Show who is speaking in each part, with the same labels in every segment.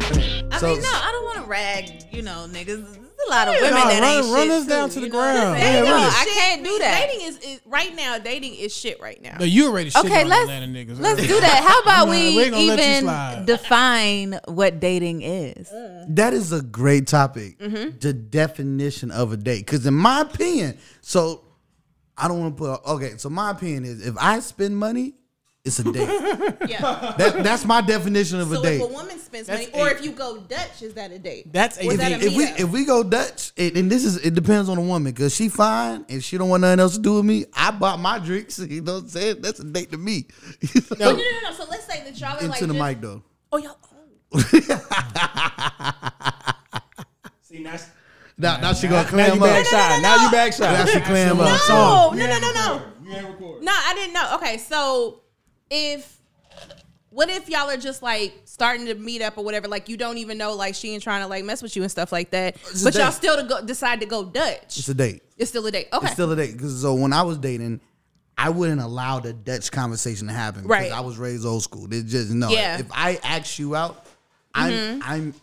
Speaker 1: So-
Speaker 2: mean, no, I don't want to rag, you know, niggas. There's a lot of women
Speaker 1: no,
Speaker 2: that
Speaker 1: run-
Speaker 2: ain't shit.
Speaker 1: run us
Speaker 2: too,
Speaker 1: down to
Speaker 2: you
Speaker 1: the
Speaker 2: know?
Speaker 1: ground.
Speaker 2: They
Speaker 1: Yeah,
Speaker 2: know
Speaker 1: run us.
Speaker 2: I can't do that.
Speaker 3: Dating is, is right now. Dating is shit right now.
Speaker 4: No, you already shit
Speaker 2: Okay,
Speaker 4: on
Speaker 2: let's
Speaker 4: Atlanta niggas.
Speaker 2: let's do that. How about
Speaker 4: Nah,
Speaker 2: we,
Speaker 4: we ain't gonna let you
Speaker 2: even
Speaker 4: slide.
Speaker 2: define what dating is?
Speaker 3: Mm.
Speaker 1: That is a great topic.
Speaker 3: Mm-hmm.
Speaker 1: The definition of a date. Because in my opinion, so I don't want to put okay, so my opinion is if I spend money, it's a date.
Speaker 3: Yeah.
Speaker 1: that, that's my definition of
Speaker 3: so
Speaker 1: a date.
Speaker 3: if a woman spends
Speaker 4: That's
Speaker 3: money, or
Speaker 4: eight.
Speaker 3: if you go Dutch, is that a date?
Speaker 4: That's a
Speaker 3: Or is that
Speaker 4: date.
Speaker 3: a
Speaker 1: if we
Speaker 3: meetup?
Speaker 1: if we go Dutch, it, and this is it depends on the woman because she fine and she don't want nothing else to do with me. I bought my drinks. You know what I'm saying? That's a date to me.
Speaker 3: no, no, no, no. So let's say that y'all are
Speaker 1: Into
Speaker 3: like
Speaker 1: the
Speaker 3: just-
Speaker 1: mic though.
Speaker 3: Oh, y'all.
Speaker 5: See, now,
Speaker 1: Now, now she gonna
Speaker 4: Now you
Speaker 1: clam up.
Speaker 4: backside. Now you
Speaker 1: Now she
Speaker 4: backside.
Speaker 1: clam up.
Speaker 3: Oh, no, no, no, no.
Speaker 5: we ain't recording.
Speaker 3: No, I didn't know. Okay, so if what if y'all are just like starting to meet up or whatever? Like you don't even know like she ain't trying to like mess with you and stuff like that.
Speaker 1: a
Speaker 3: But y'all
Speaker 1: date.
Speaker 3: still to go, decide to go Dutch.
Speaker 1: It's a date.
Speaker 3: It's still a date. Okay.
Speaker 1: It's still a date. 'Cause so when I was dating, I wouldn't allow the Dutch conversation to happen.
Speaker 3: Right.
Speaker 1: Because I was raised old school. It's just no.
Speaker 3: Yeah. Mm-hmm.
Speaker 1: If I ask you out, I'm I'm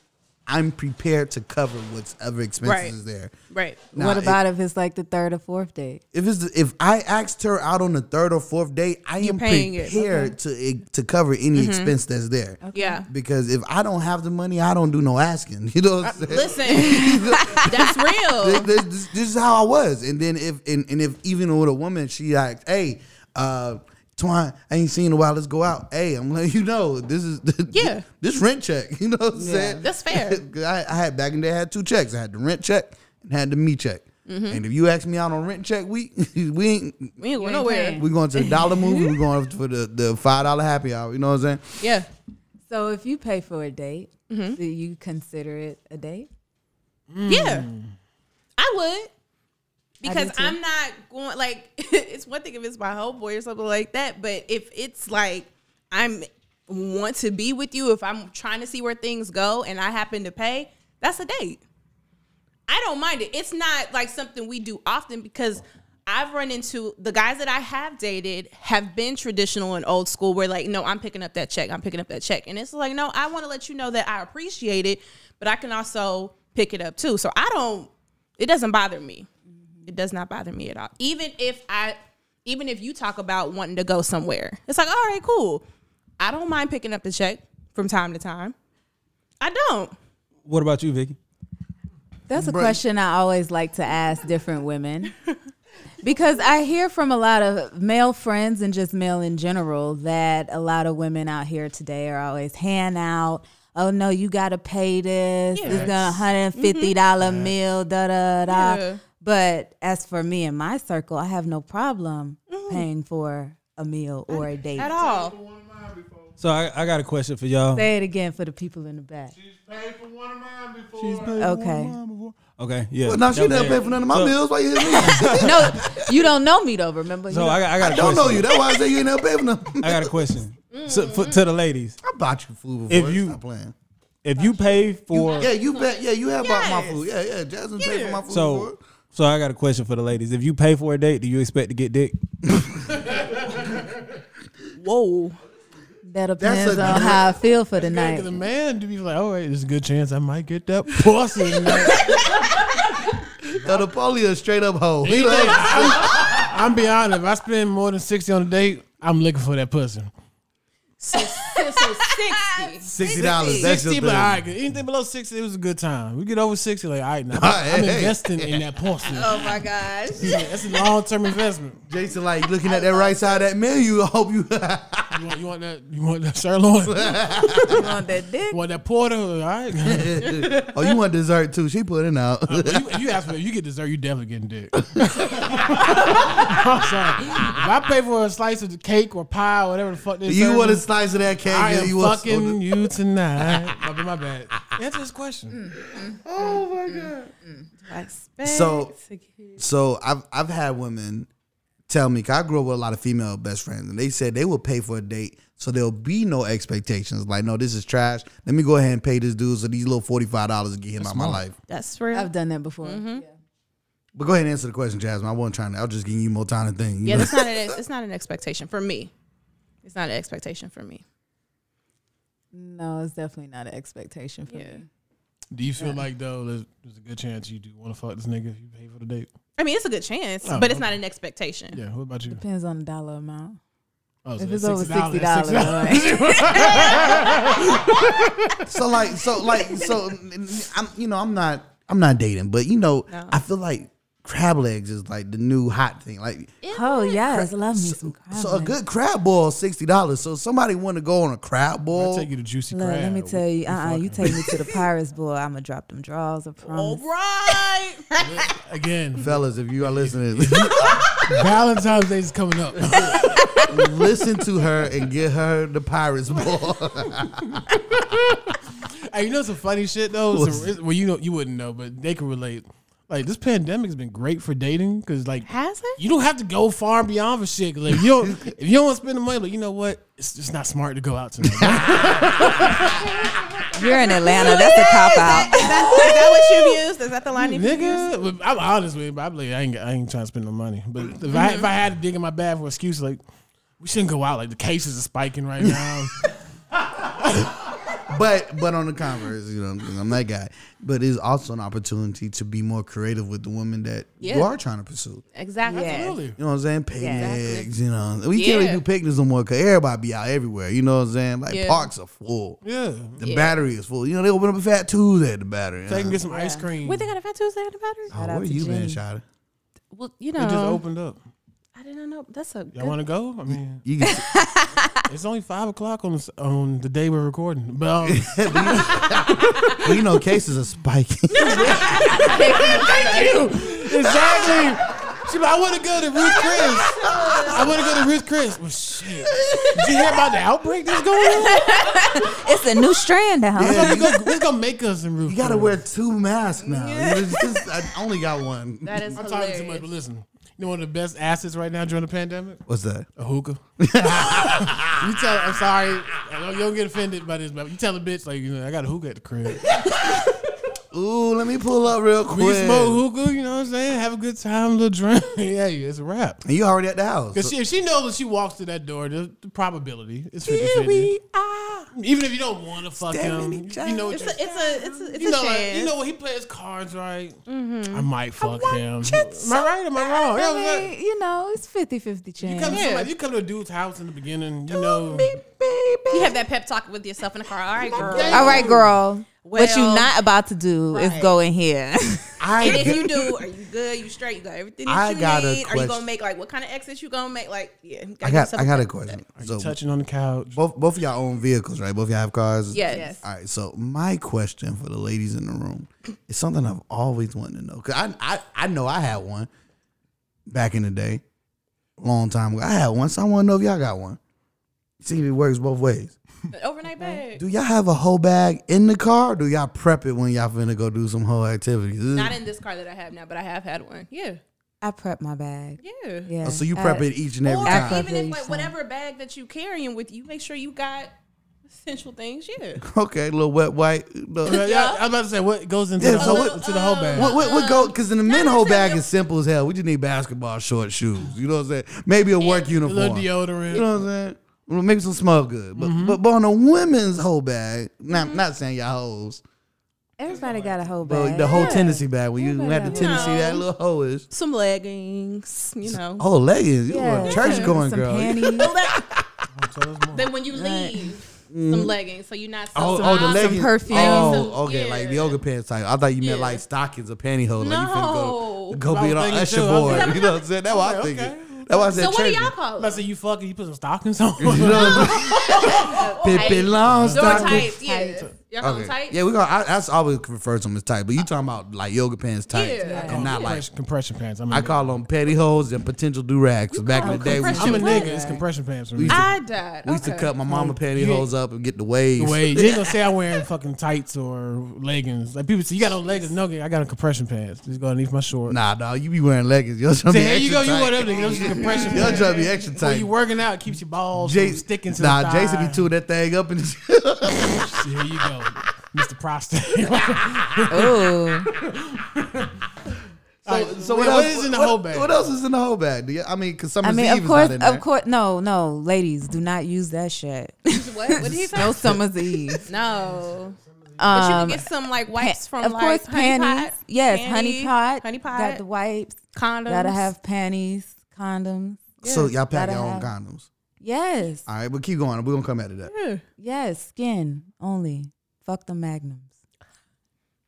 Speaker 1: I'm prepared to cover whatever expenses
Speaker 3: Right.
Speaker 1: is there.
Speaker 3: right.
Speaker 1: Now,
Speaker 2: what
Speaker 1: if-
Speaker 2: about if it's like the third or fourth date?
Speaker 1: if it's if I asked her out on the third or fourth date, I am
Speaker 3: paying it. Mm-hmm.
Speaker 1: prepared to to cover any expense that's there.
Speaker 3: Yeah.
Speaker 1: Because if I don't have the money, I don't do no asking. You know what I'm saying?
Speaker 3: Uh, Listen, that's real.
Speaker 1: this, this- this is how I was. And then if and, and if even with a woman, she like, hey, uh, Twine, I ain't seen in a while. Let's go out. Hey, I'm letting you know this is
Speaker 3: Yeah.
Speaker 1: this rent check. You know what I'm saying?
Speaker 3: That's fair.
Speaker 1: 'Cause I, I had back in the day, I had two checks. I had the rent check and had the me check.
Speaker 3: Mm-hmm.
Speaker 1: And if you ask me out on rent check week, we ain't
Speaker 3: We ain't going
Speaker 2: ain't
Speaker 3: nowhere.
Speaker 2: playing.
Speaker 1: we're going to the dollar movie. We're going for the, the five dollar happy hour. You know what I'm saying?
Speaker 3: Yeah.
Speaker 2: So if you pay for a date, do you consider it a date?
Speaker 5: Mm.
Speaker 3: Yeah. I would. Because
Speaker 2: too.
Speaker 3: I'm not going like it's one thing if it's my homeboy or something like that, but if it's like I'm want to be with you, if I'm trying to see where things go and I happen to pay, that's a date. I don't mind it. It's not like something we do often because I've run into the guys that I have dated have been traditional and old school where like, no, I'm picking up that check. I'm picking up that check. And it's like, no, I want to let you know that I appreciate it, but I can also pick it up too. So I don't it doesn't bother me. It does not bother me at all. Even if I even if you talk about wanting to go somewhere. It's like, all right, cool. I don't mind picking up the check from time to time. I don't.
Speaker 4: What about you, Vicky?
Speaker 2: That's a
Speaker 1: Right.
Speaker 2: question I always like to ask different women. Because I hear from a lot of male friends and just male in general that a lot of women out here today are always hand out. Oh no, you gotta pay this. It's gonna hundred fifty dollar
Speaker 1: Mm-hmm.
Speaker 2: meal. Da da da.
Speaker 3: Yeah.
Speaker 2: But as for me and my circle, I have no problem paying for a meal or a date.
Speaker 3: At all.
Speaker 5: One of mine before.
Speaker 4: So I, I got a question for y'all.
Speaker 2: Say it again for the people in the back.
Speaker 5: She's paid for one of mine before.
Speaker 2: Okay.
Speaker 4: Okay. Yeah.
Speaker 1: Well, now she
Speaker 4: That was
Speaker 1: never
Speaker 4: it.
Speaker 1: paid for none of my
Speaker 4: So-
Speaker 1: bills. Why you hit me?
Speaker 2: no, you don't know me though. Remember?
Speaker 4: So
Speaker 2: You
Speaker 4: I got, I got a
Speaker 1: Don't
Speaker 4: question.
Speaker 1: know you. That's why I say you ain't never paid for nothing.
Speaker 4: I got a question. So, for, to the ladies,
Speaker 1: I bought you food
Speaker 4: If
Speaker 1: before.
Speaker 4: you-
Speaker 1: Stop playing.
Speaker 4: if you pay for
Speaker 1: yeah, you bet. Yeah, you have bought my food. Yeah, yeah. Jasmine paid for my food
Speaker 4: so,
Speaker 1: before.
Speaker 4: so I got a question for the ladies. If you pay for a date, do you expect to get dick?
Speaker 3: Whoa.
Speaker 2: That
Speaker 1: That's
Speaker 2: depends
Speaker 1: a
Speaker 2: on
Speaker 1: good-
Speaker 2: how I feel for the
Speaker 5: Because
Speaker 2: night.
Speaker 5: the man to be like, all right, there's a good chance I might get that pussy. tonight."
Speaker 1: Yo, the Paulie a straight up hoe. He
Speaker 5: Hey,
Speaker 1: like,
Speaker 5: I'm, I'm be honest. If I spend more than sixty on a date, I'm looking for that pussy.
Speaker 3: So, so, so 60.
Speaker 1: sixty dollars. That's your
Speaker 5: Sixty,
Speaker 1: thing.
Speaker 5: but all right, 'cause anything below sixty, it was a good time. We get over sixty, like all right, now I'm
Speaker 1: Hey.
Speaker 5: investing in that pussy.
Speaker 3: Oh my gosh.
Speaker 5: That's a long term investment.
Speaker 1: Jason, like looking at that right side of that menu. I hope you.
Speaker 5: You want, you want that? You want that sirloin?
Speaker 2: You want that dick?
Speaker 5: want that porter? All right. Well,
Speaker 1: oh, you want dessert too? She putting out.
Speaker 5: you, if you ask for if you get dessert, you definitely getting dick. I'm sorry. If I pay for a slice of the cake or pie or whatever the fuck this.
Speaker 1: you want a slice of that cake?
Speaker 5: I
Speaker 1: yeah,
Speaker 5: am
Speaker 1: you want some-
Speaker 5: fucking you tonight. my bad. My bad. Answer this
Speaker 2: Mm.
Speaker 5: question.
Speaker 1: So, so I've I've had women tell me. 'cause I grew up with a lot of female best friends, and they said they will pay for a date, so there'll be no expectations. Like, no, this is trash. Let me go ahead and pay this dude so these little forty five dollars get him out my life.
Speaker 3: That's real.
Speaker 2: I've done that before.
Speaker 1: Mm-hmm. But go ahead and answer the question, Jasmine. I wasn't trying to. I was just giving you more time to think. you
Speaker 3: yeah,
Speaker 1: know?
Speaker 3: that's not an, it's not an expectation for me. It's not an expectation for me.
Speaker 2: No, it's definitely not an expectation for
Speaker 3: Yeah.
Speaker 2: me.
Speaker 5: Do you feel like though there's, there's a good chance you do want to fuck this nigga if you pay for the date?
Speaker 3: I mean, it's a good chance,
Speaker 5: Oh,
Speaker 3: but it's
Speaker 5: okay.
Speaker 3: not an expectation.
Speaker 5: Yeah. What about you?
Speaker 2: Depends on the dollar amount.
Speaker 5: Oh,
Speaker 2: If
Speaker 5: that's
Speaker 2: it's over
Speaker 5: $60,
Speaker 2: sixty
Speaker 5: that's
Speaker 2: dollars,
Speaker 1: So like, so like, so I'm, you know, I'm not, I'm not dating, but you know,
Speaker 3: No.
Speaker 1: I feel like crab legs is like the new hot thing. Like,
Speaker 2: oh yes, love me some crab.
Speaker 1: so a
Speaker 2: legs.
Speaker 1: good crab boil is sixty dollars. So somebody want to go on a crab
Speaker 5: I'll
Speaker 1: boil?
Speaker 5: take you to Juicy
Speaker 2: Look,
Speaker 5: Crab.
Speaker 2: let me tell you, uh, uh you
Speaker 5: fucking-
Speaker 2: take me to the Pirates Bowl. I'm gonna drop them draws. I
Speaker 3: All
Speaker 2: promise.
Speaker 3: right.
Speaker 5: Again,
Speaker 1: Fellas, if you are listening,
Speaker 5: Valentine's Day is coming up.
Speaker 1: listen to her and get her the pirates boil.
Speaker 5: Hey, you know some funny shit though. Some- it's- well, you know you wouldn't know, but they can relate. Like this pandemic's been great for dating because like
Speaker 3: Has it?
Speaker 5: you don't have to go far and beyond for shit. 'Cause, Like you don't if you don't want to spend the money, like you know what, it's just not smart to go out tonight.
Speaker 2: You're in Atlanta. That's a cop out.
Speaker 3: Is that, is that what you've used? Is that the line you've used?
Speaker 5: nigga. But I'm honest with you, but I'm like I ain't I ain't trying to spend no money. But if I if I had to dig in my bag for excuse, like we shouldn't go out. Like the cases are spiking right now.
Speaker 1: but but on the converse, you know, 'cause I'm that guy. But it's also an opportunity to be more creative with the women that
Speaker 3: Yeah.
Speaker 1: you are trying to pursue.
Speaker 3: Exactly.
Speaker 2: Yeah.
Speaker 5: really?
Speaker 1: You know what I'm saying? Picnics, you know. We can't
Speaker 3: Yeah.
Speaker 1: really do picnics no more because everybody be out everywhere. You know what I'm saying? Like
Speaker 3: Yeah.
Speaker 1: parks are full.
Speaker 5: Yeah.
Speaker 1: The battery is full. You know, they open up a fat Tuesday at the battery.
Speaker 5: They can
Speaker 1: you know?
Speaker 5: get some ice cream.
Speaker 3: Wait, they got a fat Tuesday in the battery?
Speaker 1: Oh,
Speaker 2: Shout out
Speaker 1: where
Speaker 2: to
Speaker 1: you been,
Speaker 2: Jenny.
Speaker 1: Shada?
Speaker 3: Well, you know,
Speaker 5: It just opened up.
Speaker 3: I didn't know. That's a
Speaker 5: Y'all want to go? I mean,
Speaker 1: You can
Speaker 5: it's only five o'clock on s- on the day we're recording. But um,
Speaker 1: well, you know, cases are spiking.
Speaker 5: Exactly. She like, I want to go to Ruth Chris. I want to go to Ruth Chris. Well, shit. Did you hear about the outbreak that's going on?
Speaker 2: It's a new strand now.
Speaker 1: Yeah.
Speaker 5: Who's gonna, who's gonna make us in Ruth
Speaker 1: You gotta
Speaker 5: Chris?
Speaker 1: wear two masks now. It's just- I only got one.
Speaker 3: That is
Speaker 5: I'm
Speaker 3: hilarious.
Speaker 5: talking too much, but listen. You know one of the best assets right now during the pandemic?
Speaker 1: What's that?
Speaker 5: A hookah. you tell, I'm sorry. I don't, you don't get offended by this, but you tell a bitch, like, you know, I got a hookah at the crib.
Speaker 1: Ooh, let me pull up real quick.
Speaker 5: We smoke hookah, you know what I'm saying? Have a good time, little drink. yeah, it's a wrap.
Speaker 1: And you already at the house.
Speaker 5: Because if she knows that she walks to that door, the, the probability is 50 50. Even if you don't want to fuck him,
Speaker 1: Standing
Speaker 5: you know what
Speaker 3: It's
Speaker 5: you're
Speaker 3: a, it's a, it's a, it's
Speaker 5: you
Speaker 3: a
Speaker 5: know, like,
Speaker 3: chance. Mm-hmm.
Speaker 5: you know when he plays cards right. I might fuck him. Am I right? Am I wrong? You know what I'm
Speaker 2: I
Speaker 5: saying?
Speaker 2: mean, you know, it's 50-50
Speaker 5: You come,
Speaker 2: chance.
Speaker 5: to somebody, you come to a dude's house in the beginning, you know.
Speaker 3: You have that pep talk with yourself in the car. All right, girl.
Speaker 2: All right, girl. what you
Speaker 3: Well,
Speaker 2: not about to do is
Speaker 3: right.
Speaker 2: go in here.
Speaker 1: I
Speaker 3: And if
Speaker 1: get-
Speaker 3: you do, are you good? You straight? You got everything that
Speaker 1: I
Speaker 3: you
Speaker 1: got a
Speaker 3: need? Are you
Speaker 1: question.
Speaker 3: gonna make like what kind of exits you gonna make? Like, yeah, you
Speaker 1: I
Speaker 3: give
Speaker 1: got
Speaker 3: yourself
Speaker 1: I got a
Speaker 3: pep-
Speaker 1: question.
Speaker 5: you
Speaker 1: So
Speaker 5: touching on the couch.
Speaker 1: both both of y'all own vehicles, right? Both of y'all have cars.
Speaker 3: Yes. Yes.
Speaker 1: All right. So my question for the ladies in the room is something I've always wanted to know. Cause I I, I know I had one back in the day, long time ago. I had one, so I want to know if y'all got one. See, it works both ways.
Speaker 3: An Uh, Overnight bag.
Speaker 1: Do y'all have a whole bag in the car? Or do y'all prep it when y'all finna go do some whole activities? This is-
Speaker 3: Not in this car that I have now, but I have had one. Yeah,
Speaker 2: I prep my bag.
Speaker 3: yeah.
Speaker 2: Yeah. Uh,
Speaker 1: Oh, so
Speaker 3: Uh,
Speaker 1: you prep
Speaker 2: I-
Speaker 1: it each and every
Speaker 3: or
Speaker 1: time.
Speaker 2: I
Speaker 3: even
Speaker 2: feel you,
Speaker 3: if like
Speaker 2: son.
Speaker 3: whatever bag that you carrying with you, make sure you got essential things. Yeah.
Speaker 1: Okay, little wet white. little-
Speaker 5: Yeah, yeah, I was about to say what goes into
Speaker 1: Yeah,
Speaker 5: the
Speaker 1: so
Speaker 5: whole,
Speaker 1: what-
Speaker 5: into the whole bag.
Speaker 1: What, what, what go? Because in the men
Speaker 3: no,
Speaker 1: whole
Speaker 3: tell
Speaker 1: bag
Speaker 3: me-
Speaker 1: is simple as hell. We just need basketball short shoes. You know what I'm saying? Maybe a work
Speaker 5: a
Speaker 1: uniform.
Speaker 5: little
Speaker 1: You
Speaker 5: deodorant.
Speaker 1: know what I'm saying? Well, maybe some smell good. But, but but on a women's whole bag, not not saying y'all hoes,
Speaker 2: Everybody got a whole
Speaker 1: but
Speaker 2: bag.
Speaker 1: the whole
Speaker 2: Yeah.
Speaker 1: Tennessee bag when you
Speaker 2: Everybody
Speaker 1: have the
Speaker 2: got-
Speaker 1: Tennessee that little hoe is.
Speaker 3: Some leggings, you know.
Speaker 1: Oh leggings, you are a
Speaker 2: Yeah.
Speaker 1: church going
Speaker 2: Some
Speaker 1: girl.
Speaker 2: panties.
Speaker 3: Well, that,
Speaker 5: Tell us more.
Speaker 3: that when you leave, some leggings, so you're not. So
Speaker 1: Mm-hmm. Oh, oh, the
Speaker 3: soft.
Speaker 1: leggings.
Speaker 2: perfume.
Speaker 1: Oh,
Speaker 3: Some-
Speaker 1: okay,
Speaker 3: yeah.
Speaker 1: like the yoga pants type. I thought you meant
Speaker 3: Yeah.
Speaker 1: like stockings or pantyhose. Like you
Speaker 3: No.
Speaker 1: finna go, go
Speaker 5: That's
Speaker 1: be on
Speaker 5: what I'm thinking
Speaker 1: usher
Speaker 5: too. I'm
Speaker 1: board.
Speaker 5: like-
Speaker 1: You know what I'm saying? That's what I'm
Speaker 5: Okay,
Speaker 1: thinking.
Speaker 5: okay.
Speaker 1: That's why I said
Speaker 3: So what do
Speaker 1: church.
Speaker 3: y'all call
Speaker 5: I'm about
Speaker 3: it?
Speaker 5: to say you fucking, you put some stockings on.
Speaker 1: You know what I'm saying? Pippi
Speaker 3: Door
Speaker 1: Longstocking.
Speaker 3: tights, yeah. Y'all call them tights?
Speaker 1: Yeah, we gonna. I, that's always refer to them as tight, but you talking about like yoga pants tight,
Speaker 3: Yeah.
Speaker 1: and not like
Speaker 5: compression, compression pants. I'm a
Speaker 1: I
Speaker 5: nigga.
Speaker 1: call them pettihoes and potential do rags. Back in the day, we used,
Speaker 5: I'm
Speaker 1: to,
Speaker 5: a
Speaker 3: Compression
Speaker 5: nigga.
Speaker 3: pants.
Speaker 5: It's compression pants for
Speaker 1: we
Speaker 5: me.
Speaker 1: used to-
Speaker 3: I died.
Speaker 1: we used to
Speaker 3: Okay.
Speaker 1: cut my mama pantyhose up and get the waves.
Speaker 5: Wait, you ain't gonna say I'm wearing fucking tights or leggings. Like people say, you got on leggings. No, I got on compression pants. Just go underneath my shorts.
Speaker 1: Nah, dog, you be wearing leggings. You're trying to
Speaker 5: See,
Speaker 1: be
Speaker 5: here you
Speaker 1: extra
Speaker 5: go. You
Speaker 1: tight.
Speaker 5: want them to those compression
Speaker 1: Y'all
Speaker 5: pants.
Speaker 1: trying to be extra
Speaker 5: When
Speaker 1: tight.
Speaker 5: you working out, it keeps your balls
Speaker 1: Jay-
Speaker 5: from sticking to
Speaker 1: nah,
Speaker 5: the thigh.
Speaker 1: Jason be tooting that thing up and
Speaker 5: See, Here you go, Mr. Prostate.
Speaker 2: Ooh.
Speaker 1: so, so
Speaker 5: wait, what is in the
Speaker 1: what-
Speaker 5: whole bag?
Speaker 1: What else is in the whole bag? Do you, I mean, because
Speaker 2: I
Speaker 1: Summer's
Speaker 2: mean,
Speaker 1: Eve
Speaker 2: of
Speaker 1: is
Speaker 2: course,
Speaker 1: not in
Speaker 2: of
Speaker 1: there.
Speaker 2: course. No, no, ladies, do not use that shit.
Speaker 3: What? What did he say?
Speaker 2: No summer's eve.
Speaker 3: No. But you
Speaker 2: Um,
Speaker 3: can get some like
Speaker 2: pa-
Speaker 3: wipes from
Speaker 2: of
Speaker 3: like
Speaker 2: course,
Speaker 3: honey
Speaker 2: panties.
Speaker 3: pot,
Speaker 2: yes,
Speaker 3: panty,
Speaker 2: honey pot.
Speaker 3: honey pot,
Speaker 2: Got the wipes.
Speaker 3: condoms.
Speaker 2: Gotta have panties, condoms.
Speaker 1: So y'all pack
Speaker 2: Gotta
Speaker 1: your own
Speaker 2: have-
Speaker 1: condoms.
Speaker 2: Yes,
Speaker 1: All right, but keep going. We're gonna come back to that.
Speaker 2: yes, skin only. Fuck the magnums.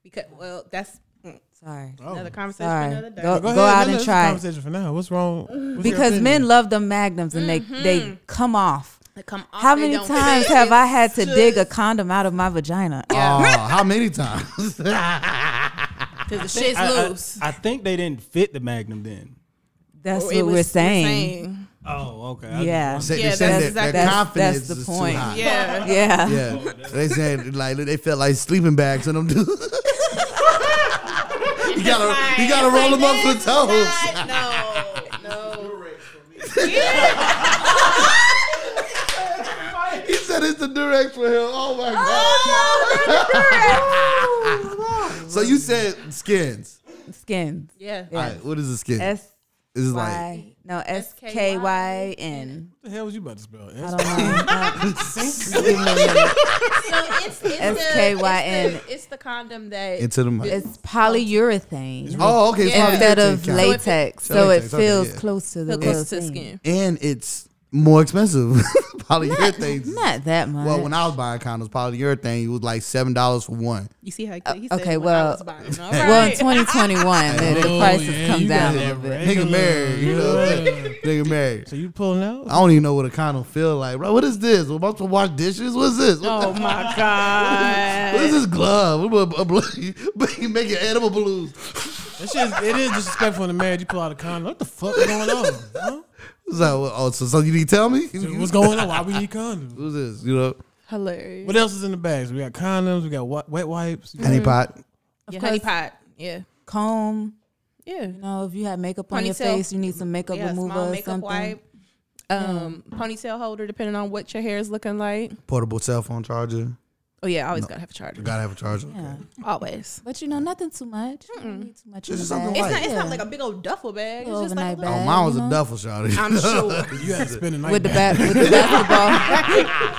Speaker 3: because well, that's mm,
Speaker 2: Sorry.
Speaker 1: Oh,
Speaker 3: another conversation for
Speaker 2: Sorry.
Speaker 3: another day.
Speaker 2: Go,
Speaker 5: Go,
Speaker 2: go
Speaker 5: ahead,
Speaker 2: out
Speaker 5: no, no,
Speaker 2: and
Speaker 5: it's a
Speaker 2: try. it.
Speaker 5: Conversation for now. What's wrong? What's your
Speaker 2: Because
Speaker 5: opinion?
Speaker 2: men love the magnums and they they come off.
Speaker 3: They come off,
Speaker 2: How
Speaker 3: Mm-hmm. Oh, they don't
Speaker 2: many times
Speaker 3: fit.
Speaker 2: have I had to
Speaker 3: It's
Speaker 2: dig a
Speaker 3: just-
Speaker 2: condom out of my vagina?
Speaker 1: Oh, how many times?
Speaker 3: Cause the shit's
Speaker 4: I,
Speaker 3: loose.
Speaker 4: I think they didn't fit the Magnum then.
Speaker 2: That's
Speaker 3: Or
Speaker 2: what
Speaker 3: Oh, it was
Speaker 2: we're saying.
Speaker 3: insane.
Speaker 4: Oh, okay. I-
Speaker 2: Yeah.
Speaker 1: Say- they
Speaker 3: Yeah, that's
Speaker 1: said that
Speaker 3: exactly-
Speaker 1: their
Speaker 3: That's-
Speaker 1: confidence
Speaker 2: that's the
Speaker 1: is
Speaker 2: point.
Speaker 1: too high. Yeah.
Speaker 3: Yeah.
Speaker 2: Yeah.
Speaker 1: they said like they felt like sleeping bags in them. dudes. you gotta you gotta roll them up for the toes.
Speaker 3: No, no.
Speaker 1: He said it's the Durex for him. Oh my
Speaker 2: Ah.
Speaker 1: god. so you said skins.
Speaker 2: Skins.
Speaker 3: Yeah.
Speaker 1: All right, what is a skin?
Speaker 2: S
Speaker 1: this is like
Speaker 2: Y no S K Y N.
Speaker 5: What the hell was you about to spell?
Speaker 2: I don't know. Uh, just give me a minute.
Speaker 3: So it's, it's the-
Speaker 2: S-K-Y-N.
Speaker 3: It's the, it's the condom that
Speaker 1: into the mic.
Speaker 2: It's polyurethane
Speaker 1: Oh, okay. it's
Speaker 3: Yeah.
Speaker 1: probably
Speaker 2: instead
Speaker 1: your
Speaker 2: of
Speaker 1: thing, Kyle.
Speaker 2: latex,
Speaker 1: So
Speaker 2: so it
Speaker 1: latex, okay,
Speaker 2: feels
Speaker 1: yeah.
Speaker 2: close to the
Speaker 3: the
Speaker 2: real
Speaker 3: close to
Speaker 2: thing.
Speaker 3: skin.
Speaker 1: and it's more expensive. polyurethane.
Speaker 2: Not that much.
Speaker 1: Well, when I was buying condoms, polyurethane it was like seven dollars for one.
Speaker 3: You see how he, he
Speaker 2: Uh,
Speaker 3: said
Speaker 2: okay,
Speaker 3: when I
Speaker 2: well-
Speaker 3: was buying. All
Speaker 2: Well, in
Speaker 3: right.
Speaker 2: 2021, the,
Speaker 5: Oh,
Speaker 2: the prices come down a
Speaker 1: that
Speaker 2: little bit.
Speaker 1: Nigga married, you know what I'm saying? Nigga married.
Speaker 5: So you pulling out?
Speaker 1: I don't even know what a condom feel like, bro. What is this? We're about to wash dishes. What's this?
Speaker 3: Oh my god.
Speaker 1: What is this glove? What about a blue- but you make it edible blues.
Speaker 5: That shit, it is disrespectful in the marriage. You pull out a condom. What the fuck is going on? Huh?
Speaker 1: So, oh, so, so you need to tell me
Speaker 5: What's going on? Why we need condoms?
Speaker 1: Who's this? You know,
Speaker 3: Hilarious.
Speaker 5: What else is in the bags? We got condoms. We got wa- wet wipes.
Speaker 1: honey pot.
Speaker 3: Yeah,
Speaker 2: course.
Speaker 3: honey pot. Yeah.
Speaker 2: Comb.
Speaker 3: Yeah.
Speaker 2: You know, if you have makeup on your
Speaker 3: Ponytail.
Speaker 2: face, you need some makeup
Speaker 3: yeah,
Speaker 2: remover
Speaker 3: small
Speaker 2: or
Speaker 3: makeup
Speaker 2: something.
Speaker 3: wipe. Um, ponytail holder, depending on what your hair is looking like.
Speaker 1: Portable cell phone charger.
Speaker 3: Oh yeah, I always gotta have a charger.
Speaker 1: You gotta have a charger.
Speaker 2: Yeah.
Speaker 3: Always.
Speaker 2: But you know, nothing too much. You don't need too much. in
Speaker 1: Just
Speaker 2: the
Speaker 1: something
Speaker 2: bag.
Speaker 1: light.
Speaker 3: It's not. It's
Speaker 2: Yeah.
Speaker 3: not like a big old duffel bag. It's just like
Speaker 2: Overnight
Speaker 3: a
Speaker 1: Oh,
Speaker 3: little,
Speaker 2: bag.
Speaker 1: mine was
Speaker 2: you
Speaker 1: a
Speaker 2: know?
Speaker 1: duffel charger.
Speaker 3: I'm sure.
Speaker 5: You had to spend the night
Speaker 2: with the
Speaker 5: there.
Speaker 2: bat with the basketball.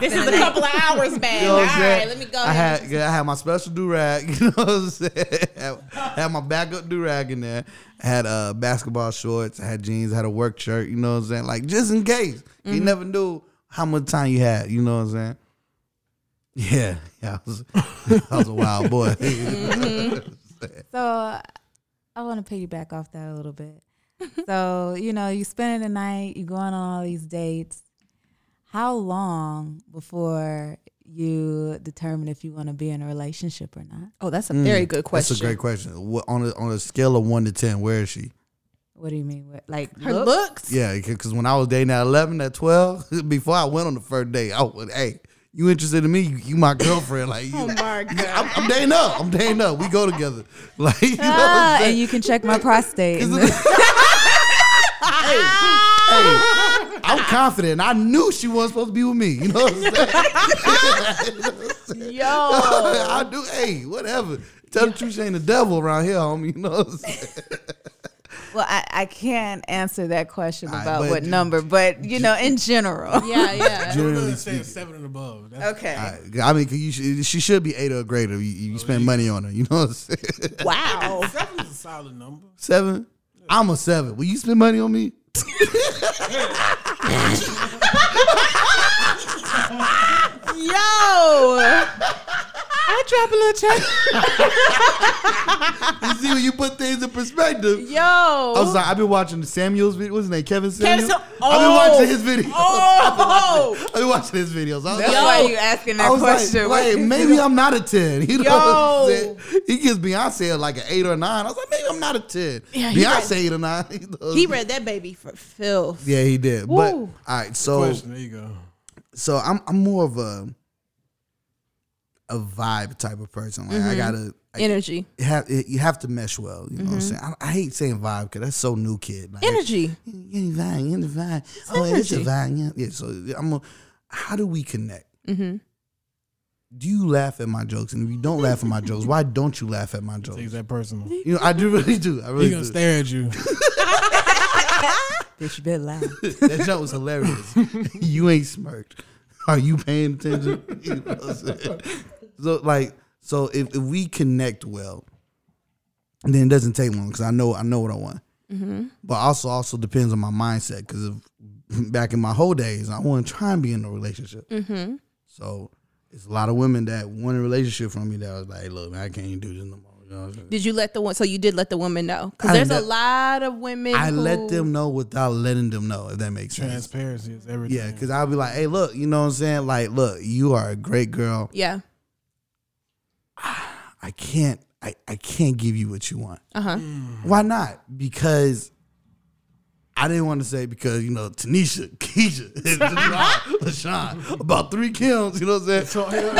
Speaker 3: this is a couple of hours bag.
Speaker 1: You know
Speaker 3: All
Speaker 1: what I'm saying?
Speaker 3: right, let me go.
Speaker 1: I had yeah, I had my special do rag. You know what I'm saying? had, had my backup do rag in there. had uh basketball shorts. I had jeans. I had a work shirt. You know what I'm saying? Like just in case you
Speaker 3: Mm-hmm.
Speaker 1: never knew how much time you had. You know what I'm saying? Yeah, yeah. I was, I was a wild boy.
Speaker 2: So uh, I want to piggyback off that a little bit. so you know, you spending the night, you going on all these dates. How long before you determine if you want to be in a relationship or not?
Speaker 3: oh, that's a
Speaker 1: Mm.
Speaker 3: very good
Speaker 1: That's
Speaker 3: question.
Speaker 1: a great question. What, on a on a scale of one to ten, where is she?
Speaker 2: What do you mean? What, like
Speaker 3: Her
Speaker 2: look?
Speaker 3: looks.
Speaker 1: Yeah, because when I was dating at eleven, at twelve, before I went on the first date, I was hey, you interested in me? You, you my girlfriend? Like, you,
Speaker 3: Oh my god.
Speaker 1: I'm, I'm dating up. I'm dating up. We go together. Like, you know what
Speaker 2: Ah,
Speaker 1: I'm
Speaker 2: and
Speaker 1: saying?
Speaker 2: you can check my prostate.
Speaker 1: It's a- hey, hey, I'm confident. I knew she wasn't supposed to be with me. You know what I'm saying?
Speaker 3: Yo.
Speaker 1: I do. Hey, whatever. Tell the truth, she ain't the devil around here, homie. You know what I'm saying?
Speaker 2: well, I, I can't answer that question
Speaker 1: right,
Speaker 2: about
Speaker 1: but
Speaker 2: what
Speaker 1: ju-
Speaker 2: number, but you know, in general.
Speaker 3: Yeah, yeah.
Speaker 1: Generally
Speaker 5: Say
Speaker 1: speaking.
Speaker 5: seven and above.
Speaker 3: Uh,
Speaker 5: That's
Speaker 2: Okay.
Speaker 1: I, I mean, 'cause you should, she should be eight or greater. You,
Speaker 3: Oh,
Speaker 1: you spend money on her. You know what I'm saying?
Speaker 3: Wow.
Speaker 5: Seven is a solid number.
Speaker 1: Seven? I'm a seven. Will you spend money on me?
Speaker 3: Yo. I drop a little check.
Speaker 1: You see, when you put things in perspective,
Speaker 3: Yo.
Speaker 1: I was like, I've been watching the Samuels video. What's his name? Kevin Samuels.
Speaker 3: Kevin Sam-
Speaker 1: I've been
Speaker 3: Oh.
Speaker 1: watching his videos.
Speaker 3: Oh.
Speaker 1: I've been watching his videos. I was,
Speaker 2: That's
Speaker 1: like,
Speaker 2: why you asking that
Speaker 1: I was
Speaker 2: question.
Speaker 1: like, wait,
Speaker 2: What-
Speaker 1: maybe I'm not a 10. You know what
Speaker 3: Yo.
Speaker 1: I'm saying? He gives Beyonce like an 8 or 9. I was like, maybe I'm not a 10.
Speaker 3: Yeah, he
Speaker 1: Beyonce 8 or 9. You know?
Speaker 3: He read that baby for filth.
Speaker 1: yeah, he did. But, all
Speaker 3: Woo.
Speaker 1: right, so,
Speaker 5: Question. There you go.
Speaker 1: so I'm, I'm more of a a vibe type of person. Like, I
Speaker 3: Mm-hmm.
Speaker 1: gotta. I
Speaker 3: Energy.
Speaker 1: it have it, you have to mesh well. You know what I'm saying? I, I hate saying vibe because that's so new kid. Like,
Speaker 3: Mm-hmm. Energy.
Speaker 1: any vibe, any vibe. oh, it's a
Speaker 3: energy.
Speaker 1: vibe. Yeah. yeah. So I'm. A, how do we connect?
Speaker 3: Mm-hmm.
Speaker 1: Do you laugh at my jokes? And if you don't laugh at my jokes, why don't you laugh at my jokes?
Speaker 5: Take that personal. He
Speaker 1: You know, I do really do. I really
Speaker 5: gonna
Speaker 1: do.
Speaker 5: stare at you.
Speaker 2: Bitch, you better laugh.
Speaker 1: that joke was hilarious. you ain't smirked. Are you paying attention? You know what I'm saying? so like so if, if we connect well, then it doesn't take long because I know I know what I want. But also also depends on my mindset because back in my whole days I want to try and be in a relationship. So it's a lot of women that want a relationship from me that was like, hey, look, man, I can't do this no more. You know what I'm saying?
Speaker 3: Did you let the one? So you did let the woman know because
Speaker 1: I
Speaker 3: there's a
Speaker 1: let-
Speaker 3: lot of women.
Speaker 1: I
Speaker 3: who-
Speaker 1: let them know without letting them know if that makes sense.
Speaker 5: Transparency is everything.
Speaker 1: Yeah, because I'll be like, hey, look, you know what I'm saying? Like, look, you are a great girl.
Speaker 3: Yeah.
Speaker 1: I can't I, I can't give you what you want.
Speaker 3: Uh huh.
Speaker 1: Why not? Because I didn't want to say because, you know, Tanisha, Keisha, LaShawn, about three Kims, you know what I'm saying?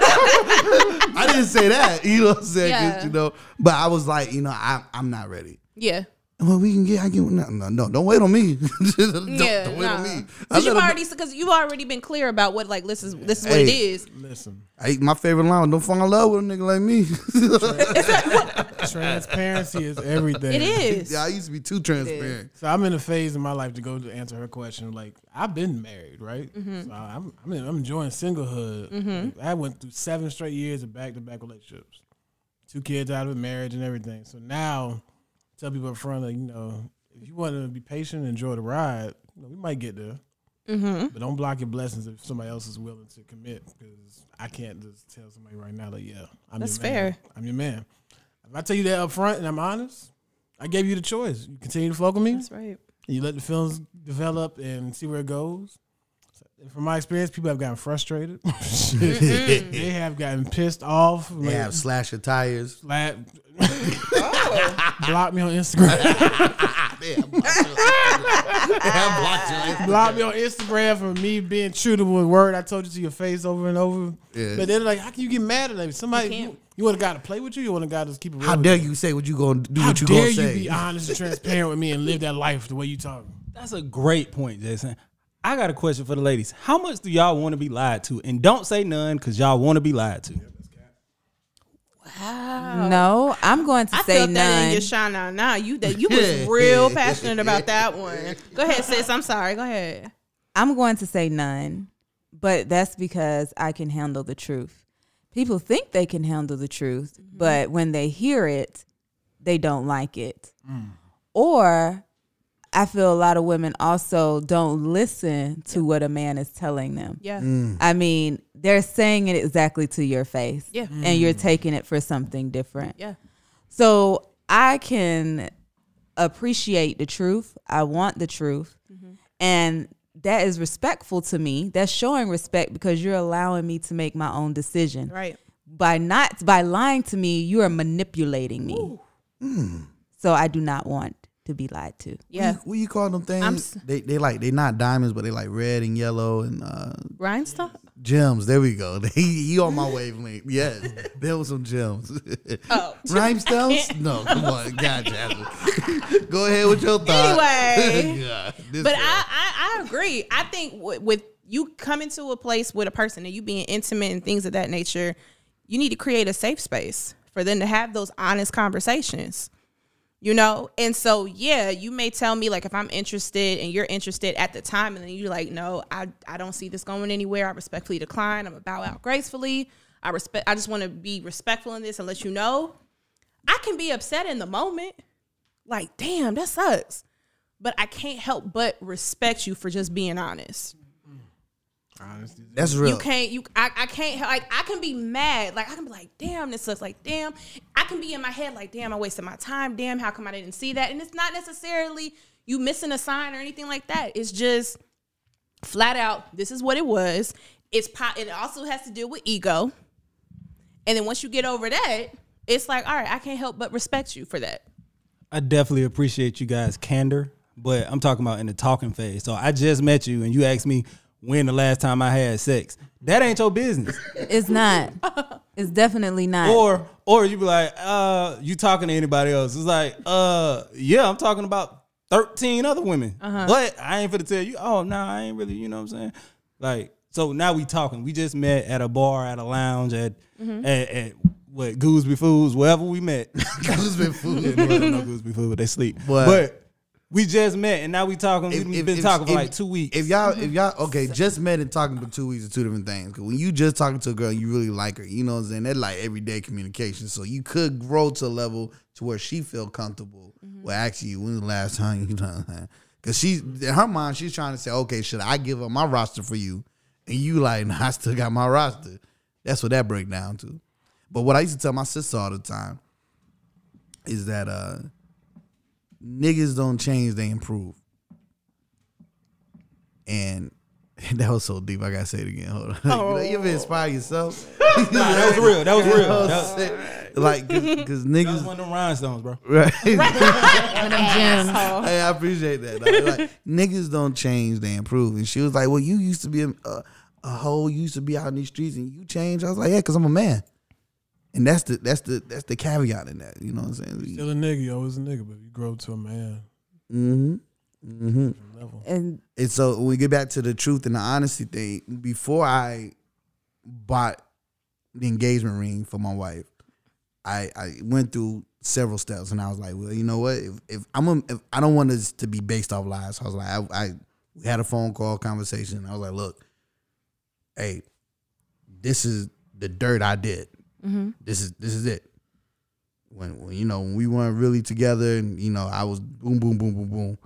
Speaker 1: I didn't say that, you know what I'm saying? 'cause,
Speaker 3: Yeah.
Speaker 1: You know, but I was like, you know, I, I'm not ready.
Speaker 3: Yeah.
Speaker 1: Well, we can get, I can, no, no, no don't wait on me. don't,
Speaker 3: yeah.
Speaker 1: don't wait on me. I
Speaker 3: Because
Speaker 1: let
Speaker 3: you've
Speaker 1: 'em-
Speaker 3: already because you've already been clear about what like this is this is what it
Speaker 1: Hey.
Speaker 3: is.
Speaker 5: Listen,
Speaker 1: I, my favorite line was, don't fall in love with a nigga like me.
Speaker 5: transparency is everything.
Speaker 3: It is.
Speaker 1: yeah, I used to be too transparent.
Speaker 5: So I'm in a phase in my life to go to answer her question. Like I've been married, right?
Speaker 3: Mm-hmm.
Speaker 5: So I'm I'm, in, I'm enjoying singlehood. Like, I went through seven straight years of back to back relationships, two kids out of it, marriage and everything. So now, tell people up front, like you know, if you want to be patient, and enjoy the ride. You know, we might get there,
Speaker 3: Mm-hmm.
Speaker 5: but don't block your blessings if somebody else is willing to commit. Because I can't just tell somebody right now, like, yeah, I'm
Speaker 3: That's
Speaker 5: your man.
Speaker 3: fair.
Speaker 5: I'm your man. If I tell you that up front and I'm honest. I gave you the choice. You continue to fuck with me,
Speaker 3: That's right.
Speaker 5: you let the films develop and see where it goes. So, from my experience, people have gotten frustrated. they have gotten pissed off.
Speaker 1: They
Speaker 5: Like,
Speaker 1: have slasher tires.
Speaker 5: slap-
Speaker 3: Oh.
Speaker 5: block me on Instagram.
Speaker 1: They have blocks on- they have blocks on Instagram.
Speaker 5: block me on Instagram for me being true to one word I told you to your face over and over.
Speaker 1: Yeah.
Speaker 5: But they're like, how can you get mad at me? Somebody,
Speaker 3: You
Speaker 5: you,
Speaker 3: can't.
Speaker 5: you, want a guy to play with you? You want a guy to just keep it real?
Speaker 1: How
Speaker 5: with
Speaker 1: dare
Speaker 5: you?
Speaker 1: you say what you gonna do?
Speaker 5: How
Speaker 1: what you
Speaker 5: dare
Speaker 1: gonna
Speaker 5: you
Speaker 1: say?
Speaker 5: be honest and transparent with me and live that life the way you talk?
Speaker 4: That's a great point, Jason. I got a question for the ladies. How much do y'all want to be lied to? And don't say none because y'all want to be lied to.
Speaker 2: No, I'm going to
Speaker 3: I
Speaker 2: say
Speaker 3: felt that in
Speaker 2: none.
Speaker 3: your shine now. Nah, you that you was real passionate about that one. Go ahead, sis. I'm sorry. Go ahead.
Speaker 2: I'm going to say none, but that's because I can handle the truth. People think they can handle the truth, but when they hear it, they don't like it. Or I feel a lot of women also don't listen to what a man is telling them.
Speaker 3: Yeah.
Speaker 1: Mm.
Speaker 2: I mean, they're saying it exactly to your face.
Speaker 3: Yeah.
Speaker 2: And you're taking it for something different.
Speaker 3: Yeah.
Speaker 2: So I can appreciate the truth. I want the truth.
Speaker 3: Mm-hmm.
Speaker 2: And that is respectful to me. That's showing respect because you're allowing me to make my own decision.
Speaker 3: Right.
Speaker 2: By not by lying to me, you are manipulating me.
Speaker 5: Hmm.
Speaker 2: So I do not want to be lied to.
Speaker 1: What
Speaker 3: Yeah.
Speaker 1: you- What you call them things?
Speaker 3: I'm s-
Speaker 1: they they like they not diamonds, but they like red and yellow and uh,
Speaker 3: Rhinestone.
Speaker 1: gems. There we go. you on my wavelength? Yes, there was some gems.
Speaker 3: Oh.
Speaker 1: Rhinestones? No, come on, God, Jasmine. go ahead with your thought.
Speaker 3: Anyway.
Speaker 1: God, this
Speaker 3: But
Speaker 1: girl.
Speaker 3: I, I I agree. I think w- with you coming to a place with a person and you being intimate and things of that nature, you need to create a safe space for them to have those honest conversations. You know? And so yeah, you may tell me like if I'm interested and you're interested at the time and then you're like, "No, I I don't see this going anywhere. I respectfully decline. I'm gonna bow out gracefully. I respect I just want to be respectful in this and let you know." I can be upset in the moment. Like, "Damn, that sucks." but I can't help but respect you for just being honest.
Speaker 5: Honesty.
Speaker 1: that's real.
Speaker 3: You can't you I, I can't like I can be mad. Like I can be like, damn, this sucks. Like, damn. I can be in my head like, damn, I wasted my time. Damn, how come I didn't see that? And it's not necessarily you missing a sign or anything like that. It's just flat out, this is what it was. It's pop it also has to deal with ego. And then once you get over that, it's like, all right, I can't help but respect you for that.
Speaker 4: I definitely appreciate you guys' candor, but I'm talking about in the talking phase. So I just met you and you asked me when the last time I had sex. That ain't your business.
Speaker 2: It's not. it's definitely not.
Speaker 4: or or you be like, uh, you talking to anybody else? It's like, uh, yeah, I'm talking about 13 other women, but I ain't finna tell you. Oh, no, I ain't really. You know what I'm saying? Like, so now we talking. We just met at a bar, at a lounge, at at, at what Gooseby Foods, wherever we met.
Speaker 1: Who's been fooled?
Speaker 4: Yeah, no, no Gooseby Food, but they sleep.
Speaker 1: But-
Speaker 4: But We just met and now we talking.
Speaker 1: If-
Speaker 4: We've
Speaker 1: if-
Speaker 4: been
Speaker 1: if-
Speaker 4: talking for
Speaker 1: if-
Speaker 4: like two weeks.
Speaker 1: If y'all, if y'all, okay, just met and talking for two weeks are two different things. 'Cause when you just talking to a girl, and you really like her. You know what I'm saying? That's like everyday communication. So you could grow to a level to where she feel comfortable. Well, actually, you, when the last time you know? Because she, in her mind, she's trying to say, okay, should I give up my roster for you? And you like, nah, I still got my roster. That's what that break down to. But what I used to tell my sister all the time is that uh niggas don't change, they improve. And that was so deep. I gotta say it again. Hold on. you, know, you ever inspire yourself?
Speaker 4: nah, that was real. That was
Speaker 1: You
Speaker 4: real.
Speaker 1: know what
Speaker 4: That,
Speaker 1: I'm saying? like, cause, 'cause
Speaker 4: that was
Speaker 1: niggas,
Speaker 4: one of them rhinestones, bro.
Speaker 1: right?
Speaker 2: One of them gems.
Speaker 1: hey, I appreciate that. dog. Like, niggas don't change, they improve. And she was like, "Well, you used to be a, a, a hoe. You used to be out in these streets, and you changed." I was like, "Yeah, cause I'm a man." And that's the that's the that's the caveat in that. You know what I'm saying?
Speaker 5: Still a nigga, you always a nigga, but you grow to a man
Speaker 1: Mm-hmm. Mm-hmm.
Speaker 5: level.
Speaker 2: And
Speaker 1: And so when we get back to the truth and the honesty thing, before I bought the engagement ring for my wife, I, I went through several steps and I was like, well, you know what? If, if I'm a, if I don't want this to be based off lies. So I was like, I, I we had a phone call conversation. I was like, look, hey, this is the dirt I did. This is this is it. When, when you know when we weren't really together and you know I was boom boom boom boom boom.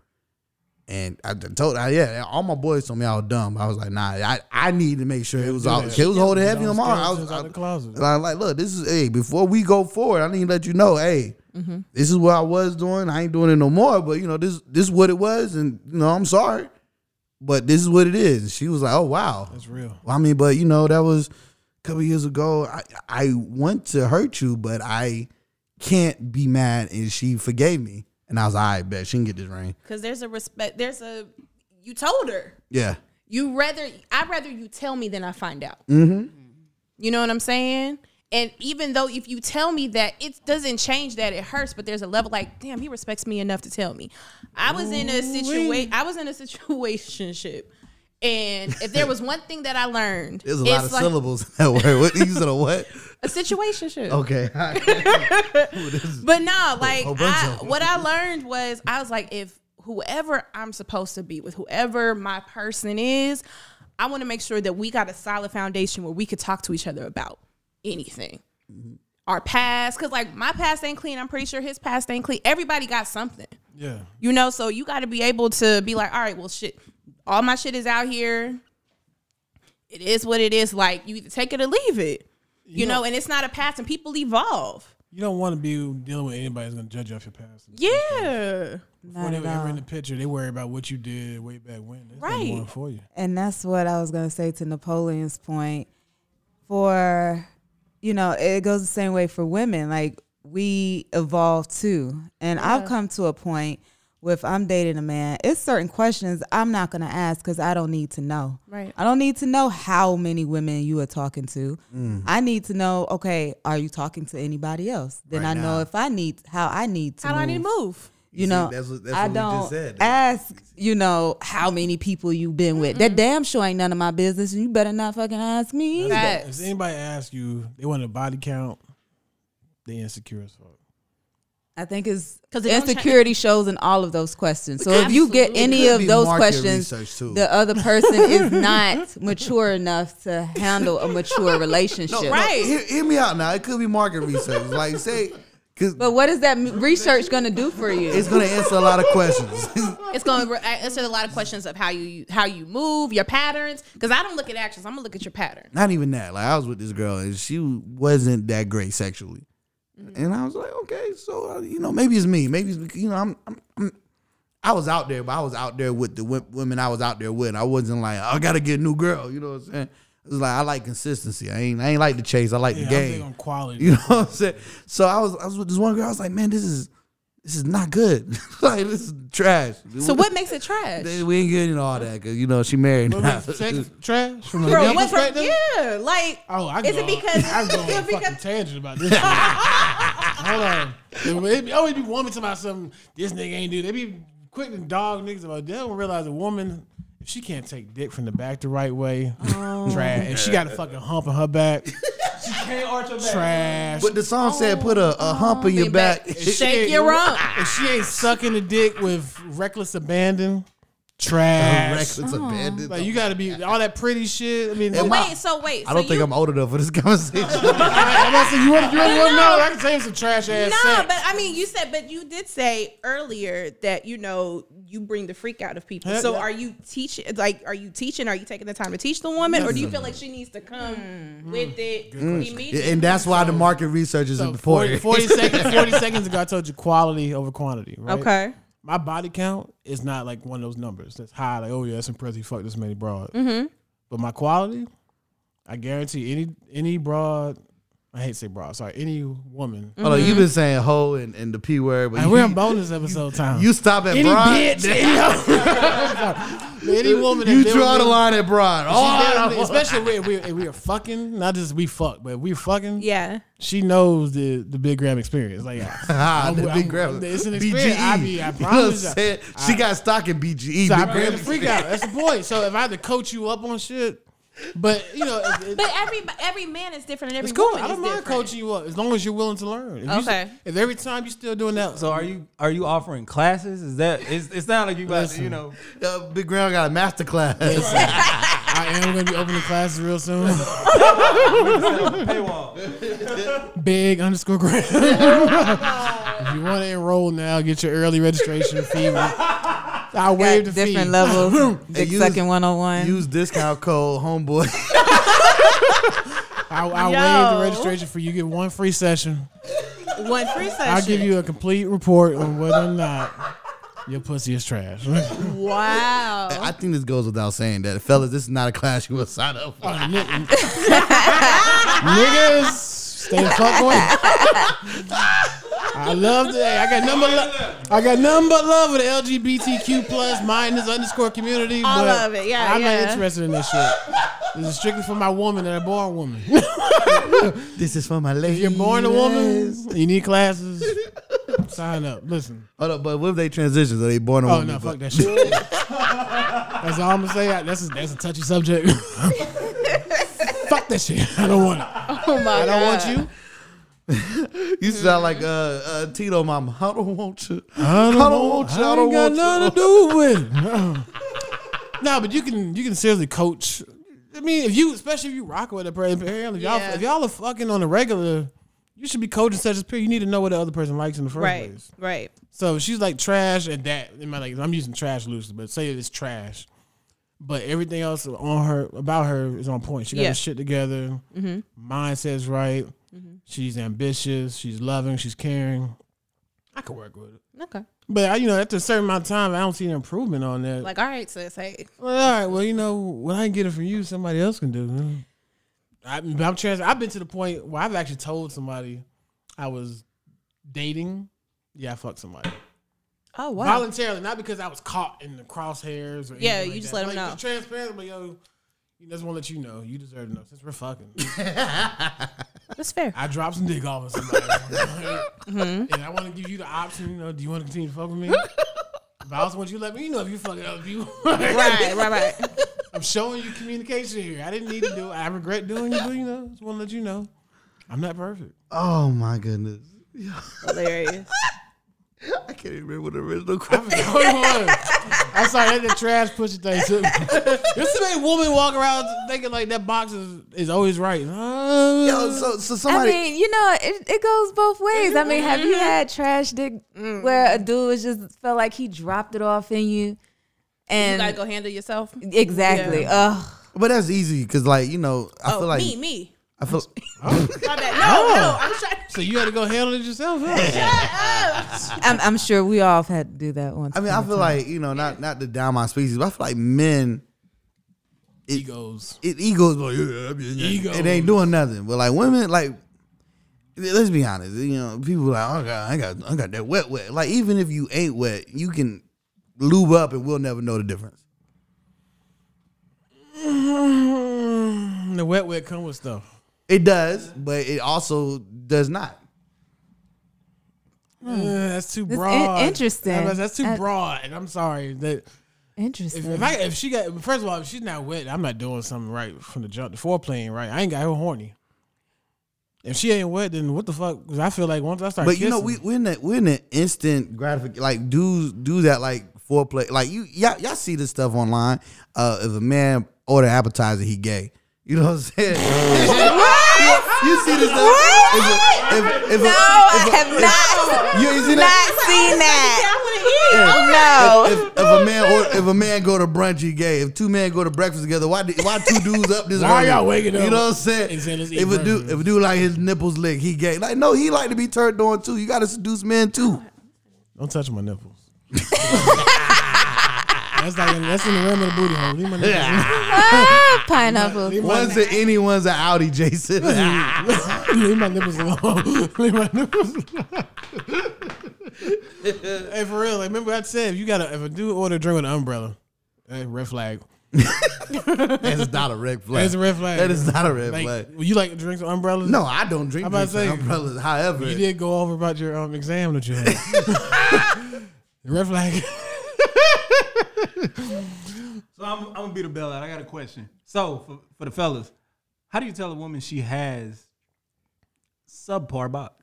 Speaker 1: And I done told, I, yeah, all my boys told me I was dumb. I was like, nah, I, I need to make sure it was all, it was holding heavy on my heart. I was,
Speaker 5: out
Speaker 1: I,
Speaker 5: the closet.
Speaker 1: and I'm like, look, this is hey, before we go forward, I need to let you know, hey, this is what I was doing. I ain't doing it no more. But you know, this this is what it was, and you know, I'm sorry. But this is what it is. And she was like, Oh wow.
Speaker 5: That's real.
Speaker 1: Well, I mean, but you know, that was a couple years ago. I I want to hurt you, but I can't be mad and she forgave me. And I was like, all right, bet she can get this ring.
Speaker 3: Because there's a respect. There's a you told her.
Speaker 1: Yeah.
Speaker 3: You rather I rather you tell me than I find out.
Speaker 1: Mm-hmm.
Speaker 3: You know what I'm saying? And even though if you tell me that it doesn't change that it hurts, but there's a level like, damn, he respects me enough to tell me. I was in a situation. I was in a situationship, and if there was one thing that I learned,
Speaker 1: There's a
Speaker 3: it's
Speaker 1: lot of
Speaker 3: like
Speaker 1: syllables in that word. What you said a what?
Speaker 3: A situationship.
Speaker 1: Okay. Ooh, this is-
Speaker 3: But no, like
Speaker 1: whole bunch
Speaker 3: I,
Speaker 1: of 'em.
Speaker 3: what I learned was I was like, if whoever I'm supposed to be with, whoever my person is, I want to make sure that we got a solid foundation where we could talk to each other about anything. Our past, because like my past ain't clean. I'm pretty sure his past ain't clean. Everybody got something,
Speaker 5: Yeah.
Speaker 3: you know. So you got to be able to be like, all right, well, shit, all my shit is out here. It is what it is. Like you either take it or leave it, you,
Speaker 5: know-
Speaker 3: know. And it's not a past, and people evolve.
Speaker 5: You don't want to be dealing with anybody that's going to judge you off your past.
Speaker 3: Yeah.
Speaker 5: Before
Speaker 2: Not
Speaker 5: they
Speaker 2: at
Speaker 5: were ever
Speaker 2: all.
Speaker 5: in the picture, they worry about what you did way back when. There's
Speaker 3: Right.
Speaker 5: nothing more for you.
Speaker 2: and that's what I was gonna say to Napoleon's point. For you know, it goes the same way for women. Like we evolve too, and I've come to a point with I'm dating a man. It's certain questions I'm not gonna ask because I don't need to know.
Speaker 3: Right.
Speaker 2: I don't need to know how many women you are talking to.
Speaker 1: Mm.
Speaker 2: I need to know. Okay, are you talking to anybody else? Then
Speaker 1: Right
Speaker 2: I know
Speaker 1: now.
Speaker 2: if I need how I need to.
Speaker 3: How do
Speaker 2: move
Speaker 3: I need to move?
Speaker 2: you,
Speaker 1: You see,
Speaker 2: know,
Speaker 1: that's what- that's
Speaker 2: I
Speaker 1: what we
Speaker 2: don't
Speaker 1: just said.
Speaker 2: ask, you know, how many people you've been with. That damn sure ain't none of my business, and you better not fucking ask me. either.
Speaker 3: Facts.
Speaker 5: If anybody asks you, they want a body count, they insecure as fuck.
Speaker 2: I think it's
Speaker 3: 'Cause
Speaker 2: because
Speaker 3: it don't cha-
Speaker 2: insecurity shows in all of those questions. So if you get
Speaker 3: Absolutely.
Speaker 2: any
Speaker 1: Could
Speaker 2: of
Speaker 1: be
Speaker 2: those
Speaker 1: market
Speaker 2: questions,
Speaker 1: research, too.
Speaker 2: the other person is not mature enough to handle a mature relationship.
Speaker 3: Right.
Speaker 1: Hear, hear me out now. It could be market research. like say, because
Speaker 2: But what is that m- research going to do for you?
Speaker 1: it's gonna answer a lot of questions.
Speaker 3: It's going to answer a lot of questions of how you how you move, your patterns. Because I don't look at actions; I'm gonna look at your pattern.
Speaker 1: Not even that. Like I was with this girl and she wasn't that great sexually,
Speaker 3: Mm-hmm.
Speaker 1: and I was like, okay, so uh, you know, maybe it's me. Maybe it's bec- you know, I'm, I'm, I'm I was out there, but I was out there with the wo- women I was out there with. I wasn't like I gotta get a new girl. You know what I'm saying? It was like I like consistency. I ain't I ain't like the chase. I like
Speaker 5: Yeah,
Speaker 1: the
Speaker 5: I'm big
Speaker 1: game.
Speaker 5: on quality.
Speaker 1: You know what I'm saying? So I was I was with this one girl. I was like, man, this is this is not good. like this is trash.
Speaker 3: So what makes it trash?
Speaker 1: They- We ain't getting all that because you know she married
Speaker 5: But
Speaker 1: now.
Speaker 5: with sex trash from the
Speaker 3: Bro,
Speaker 5: male
Speaker 3: what from-
Speaker 5: perspective?
Speaker 3: yeah, like
Speaker 5: Oh, I
Speaker 3: is it
Speaker 5: go on-
Speaker 3: because
Speaker 5: I go on
Speaker 3: is
Speaker 5: a
Speaker 3: it
Speaker 5: fucking
Speaker 3: because
Speaker 5: tangent about this? shit. Hold on, it be, always be woman talking about something this nigga ain't do. They be quick to dog niggas about. They don't realize a woman
Speaker 3: Oh.
Speaker 5: if she can't take dick from the back the right way, trash. If she got a fucking hump in her back, she
Speaker 4: she can't arch her back.
Speaker 5: Trash.
Speaker 1: But the song said put a, a hump in your back.
Speaker 5: If she
Speaker 3: Shake
Speaker 5: ain't-
Speaker 3: your rump.
Speaker 5: If she ain't sucking the dick with reckless abandon, trash.
Speaker 1: Reckless abandon.
Speaker 5: Like you gotta be all that pretty shit. I mean,
Speaker 1: And
Speaker 5: I-
Speaker 1: my-
Speaker 3: Wait, so wait.
Speaker 1: I don't
Speaker 3: so
Speaker 1: think
Speaker 3: you,
Speaker 1: I'm old enough for this conversation.
Speaker 5: I'm not saying you want you really want to
Speaker 3: No.
Speaker 5: know. I can tell you some trash ass.
Speaker 3: No,
Speaker 5: sex.
Speaker 3: but I mean, you said, but you did say earlier that you know you bring the freak out of people.
Speaker 5: Heck
Speaker 3: So
Speaker 5: no.
Speaker 3: are you teaching? Like, are you teaching? Are you taking the time to teach the woman, or do you feel like she needs to come with it immediately?
Speaker 1: and that's why the market research is
Speaker 5: So
Speaker 1: important.
Speaker 5: 40 seconds. Forty seconds ago, I told you quality over quantity. Right?
Speaker 3: Okay.
Speaker 5: My body count is not like one of those numbers that's high. Like, oh yeah, that's impressive. He fucked this many broads.
Speaker 1: Mm-hmm.
Speaker 5: But my quality, I guarantee any any broad. I hate to say broad. Sorry, any woman.
Speaker 1: Hold on, you've been saying hoe and, and the p word, but
Speaker 5: Like, we're on
Speaker 1: you,
Speaker 5: bonus episode time.
Speaker 1: you stop at
Speaker 5: any
Speaker 1: broad.
Speaker 5: bitch, any, any woman. that
Speaker 1: You
Speaker 5: been
Speaker 1: draw
Speaker 5: with
Speaker 1: the
Speaker 5: me-
Speaker 1: line at broad.
Speaker 5: She
Speaker 1: Oh,
Speaker 5: definitely- especially if we, if we are fucking, not just we fuck, but if we fucking.
Speaker 3: Yeah.
Speaker 5: She knows the the Big Gram experience. Like,
Speaker 1: Ah,
Speaker 5: I'm-
Speaker 1: the
Speaker 5: I'm-
Speaker 1: big grab.
Speaker 5: It's an
Speaker 1: BGE.
Speaker 5: experience. I, be, I
Speaker 1: E. You know what I'm
Speaker 5: promise. you.
Speaker 1: saying? She got stock in BGE.
Speaker 5: So I
Speaker 1: big
Speaker 5: bring the
Speaker 1: grab.
Speaker 5: freak out. That's the point. So if I had to coach you up on shit, but you know, it- it-
Speaker 3: But every every man is different, and every
Speaker 5: it's cool.
Speaker 3: woman
Speaker 5: I don't
Speaker 3: is
Speaker 5: mind
Speaker 3: different.
Speaker 5: coaching you up as long as you're willing to learn. If you s-
Speaker 3: Okay.
Speaker 5: if every time you're still doing that,
Speaker 4: So are you are you offering classes? Is that it's it's not like you about to, you know
Speaker 1: Uh, big ground got a master class.
Speaker 5: I am going to be opening classes real soon.
Speaker 4: paywall.
Speaker 5: Big underscore Graham. if you want to enroll now, get your early registration fee. I waived the fee.
Speaker 2: different levels. Dick
Speaker 1: use-
Speaker 2: sucking 101.
Speaker 1: Use discount code homeboy.
Speaker 5: I, I
Speaker 3: Yo.
Speaker 5: waived the registration fee. You get one free session.
Speaker 3: One free session.
Speaker 5: I'll give you a complete report on whether or not your pussy is trash. Nick-
Speaker 3: Wow.
Speaker 1: I think this goes without saying that, fellas. This is not a class you will sign up for.
Speaker 5: Niggas, stay the fuck away. I love that. I got number. Lo- I got number love with the LGBTQ plus minus underscore community.
Speaker 3: All
Speaker 5: but
Speaker 3: of it. Yeah,
Speaker 5: I'm
Speaker 3: yeah.
Speaker 5: not interested in this shit. This is strictly for my woman and a born woman.
Speaker 1: This is for my lady.
Speaker 5: You're born a woman. You need classes. Sign up. Listen.
Speaker 1: Hold up, but what if they transition? So they born a
Speaker 5: Oh
Speaker 1: woman.
Speaker 5: no,
Speaker 1: but-
Speaker 5: fuck that shit. that's all I'm gonna say. I- That's a, that's a touchy subject. fuck that shit. I don't want it.
Speaker 3: Oh my
Speaker 5: I don't want you.
Speaker 1: You sound like uh, uh, Tito Mama. I don't want you.
Speaker 5: I
Speaker 1: don't want you. I don't
Speaker 5: ain't
Speaker 1: want
Speaker 5: got nothing
Speaker 1: you.
Speaker 5: to do with it. No. no, but you can you can seriously coach. I mean, if you especially if you rock with a person, apparently if y'all
Speaker 3: Yeah.
Speaker 5: if y'all are fucking on a regular, you should be coaching such as period. You need to know what the other person likes in the first
Speaker 3: Right.
Speaker 5: place.
Speaker 3: Right.
Speaker 5: So if she's like trash and that in my like I'm using trash loosely, but say it's trash. But everything else on her about her is on point. She got
Speaker 3: Yeah. Mm-hmm.
Speaker 5: her shit together. Mindset's right. She's ambitious. She's loving. She's caring. I could work with it.
Speaker 3: Okay.
Speaker 5: But I, you know, after a certain amount of time, I don't see an improvement on that.
Speaker 3: Like,
Speaker 5: Like,
Speaker 3: all right, sis. Hey.
Speaker 5: all right, well, you know, when I can get it from you, somebody else can do. it. I, I'm trans. I've been to the point where I've actually told somebody I was dating. Yeah, I fucked somebody
Speaker 3: Oh wow.
Speaker 5: voluntarily, not because I was caught in the crosshairs. Or
Speaker 3: Yeah,
Speaker 5: anything
Speaker 3: you
Speaker 5: like
Speaker 3: just
Speaker 5: that.
Speaker 3: let 'em
Speaker 5: Like,
Speaker 3: know.
Speaker 5: Just transparent, but yo, he doesn't want to let you know. You deserve to know since we're fucking.
Speaker 3: That's fair.
Speaker 5: I dropped some dick off on somebody,
Speaker 1: Mm-hmm.
Speaker 5: and I want to give you the option. You know, do you want to continue to fuck with me? But I also want you to let me know if you fucking other people.
Speaker 3: right. Right. Right.
Speaker 5: I'm showing you communication here. I didn't need to do it. I regret doing it, but you know, just want to let you know I'm not perfect.
Speaker 1: Oh my goodness.
Speaker 3: Hilarious.
Speaker 1: I can't even remember what the original
Speaker 5: I forgot what it was. I'm sorry, that the trash pusher thing took me. There's too many women walking around thinking like that box is, is always right. Uh,
Speaker 1: Yo, so, so
Speaker 2: I
Speaker 1: somebody.
Speaker 2: mean, you know, it, it goes both ways. I mean, have you
Speaker 3: Mm-hmm.
Speaker 2: had trash dick
Speaker 3: Mm.
Speaker 2: where a dude was just felt like he dropped it off in you,
Speaker 3: You
Speaker 2: and
Speaker 3: gotta go handle yourself.
Speaker 2: exactly, ugh,
Speaker 1: but that's easy because, like, you know, I
Speaker 3: Oh,
Speaker 1: feel like
Speaker 3: me, me.
Speaker 1: I feel.
Speaker 3: My bad. No,
Speaker 1: Oh.
Speaker 3: no. I'm trying.
Speaker 5: so you had to go handle it yourself. Huh?
Speaker 2: I'm, I'm sure we all have had to do that once.
Speaker 1: I mean, I feel like you know, not not to down my species, but I feel like men,
Speaker 5: Egos.
Speaker 1: it egos, like, yeah, I mean,
Speaker 5: Egos.
Speaker 1: it ain't doing nothing. But like women, like let's be honest, you know, people like, oh god, I got I got that wet wet. Like even if you ain't wet, you can lube up and we'll never know the difference.
Speaker 5: Mm, the wet wet come with stuff.
Speaker 1: It does, but it also does not.
Speaker 5: Uh, that's too
Speaker 2: in-
Speaker 5: broad.
Speaker 2: interesting.
Speaker 5: That was- That's too
Speaker 2: Uh,
Speaker 5: broad. And I'm sorry that if,
Speaker 2: Interesting.
Speaker 5: if I if she got first of all if she's not wet, I'm not doing something right from the jump. The foreplay ain't right. I ain't got her horny. If she ain't wet, then what the fuck? Because I feel like once I start,
Speaker 1: But you know,
Speaker 5: kissing-
Speaker 1: we we in that we in that instant gratification. Like dudes do that like foreplay. Like you y'all, y'all see this stuff online. Uh, if a man order appetizer, he gay. You know what I'm saying? you see this stuff. If a- if- if a-
Speaker 2: No, I
Speaker 1: if a-
Speaker 2: have
Speaker 1: if-
Speaker 2: not,
Speaker 1: You ain't seen
Speaker 2: not
Speaker 1: that?
Speaker 2: seen that.
Speaker 3: I
Speaker 2: Oh, No.
Speaker 1: If, if a man or, if a man go to brunch, he gay. If two men go to breakfast together, why did, why two dudes up this
Speaker 5: Why
Speaker 1: early?
Speaker 5: y'all waking
Speaker 1: You
Speaker 5: up
Speaker 1: know what I'm saying?
Speaker 5: and saying, "Let's eat
Speaker 1: If a dude
Speaker 5: breakfast"?
Speaker 1: if a dude like his nipples lick, he gay. Like no, he like to be turned on too. You got to seduce men too.
Speaker 5: don't touch my nipples. that's like that's in the realm of the booty hole. Leave my nipples.
Speaker 2: Ah, pineapple.
Speaker 5: Leave my,
Speaker 1: One's an innie, one's an outie, Jason. Ah.
Speaker 5: leave my nipples alone. leave my nipples alone. hey, for real. Like, remember I said if you got to if a dude order a drink with an umbrella, eh, red flag.
Speaker 1: That's not a red flag.
Speaker 5: That's a red flag.
Speaker 1: That is not a red
Speaker 5: Like,
Speaker 1: flag.
Speaker 5: you like drinks with umbrellas?
Speaker 1: No, I don't drink
Speaker 5: I'm about
Speaker 1: drinks
Speaker 5: to
Speaker 1: with
Speaker 5: say,
Speaker 1: umbrellas. However,
Speaker 5: You did go over about your um, exam that you had. Red flag.
Speaker 4: So I'm, I'm gonna be the bailout. I got a question. So for, for the fellas, how do you tell a woman she has subpar box?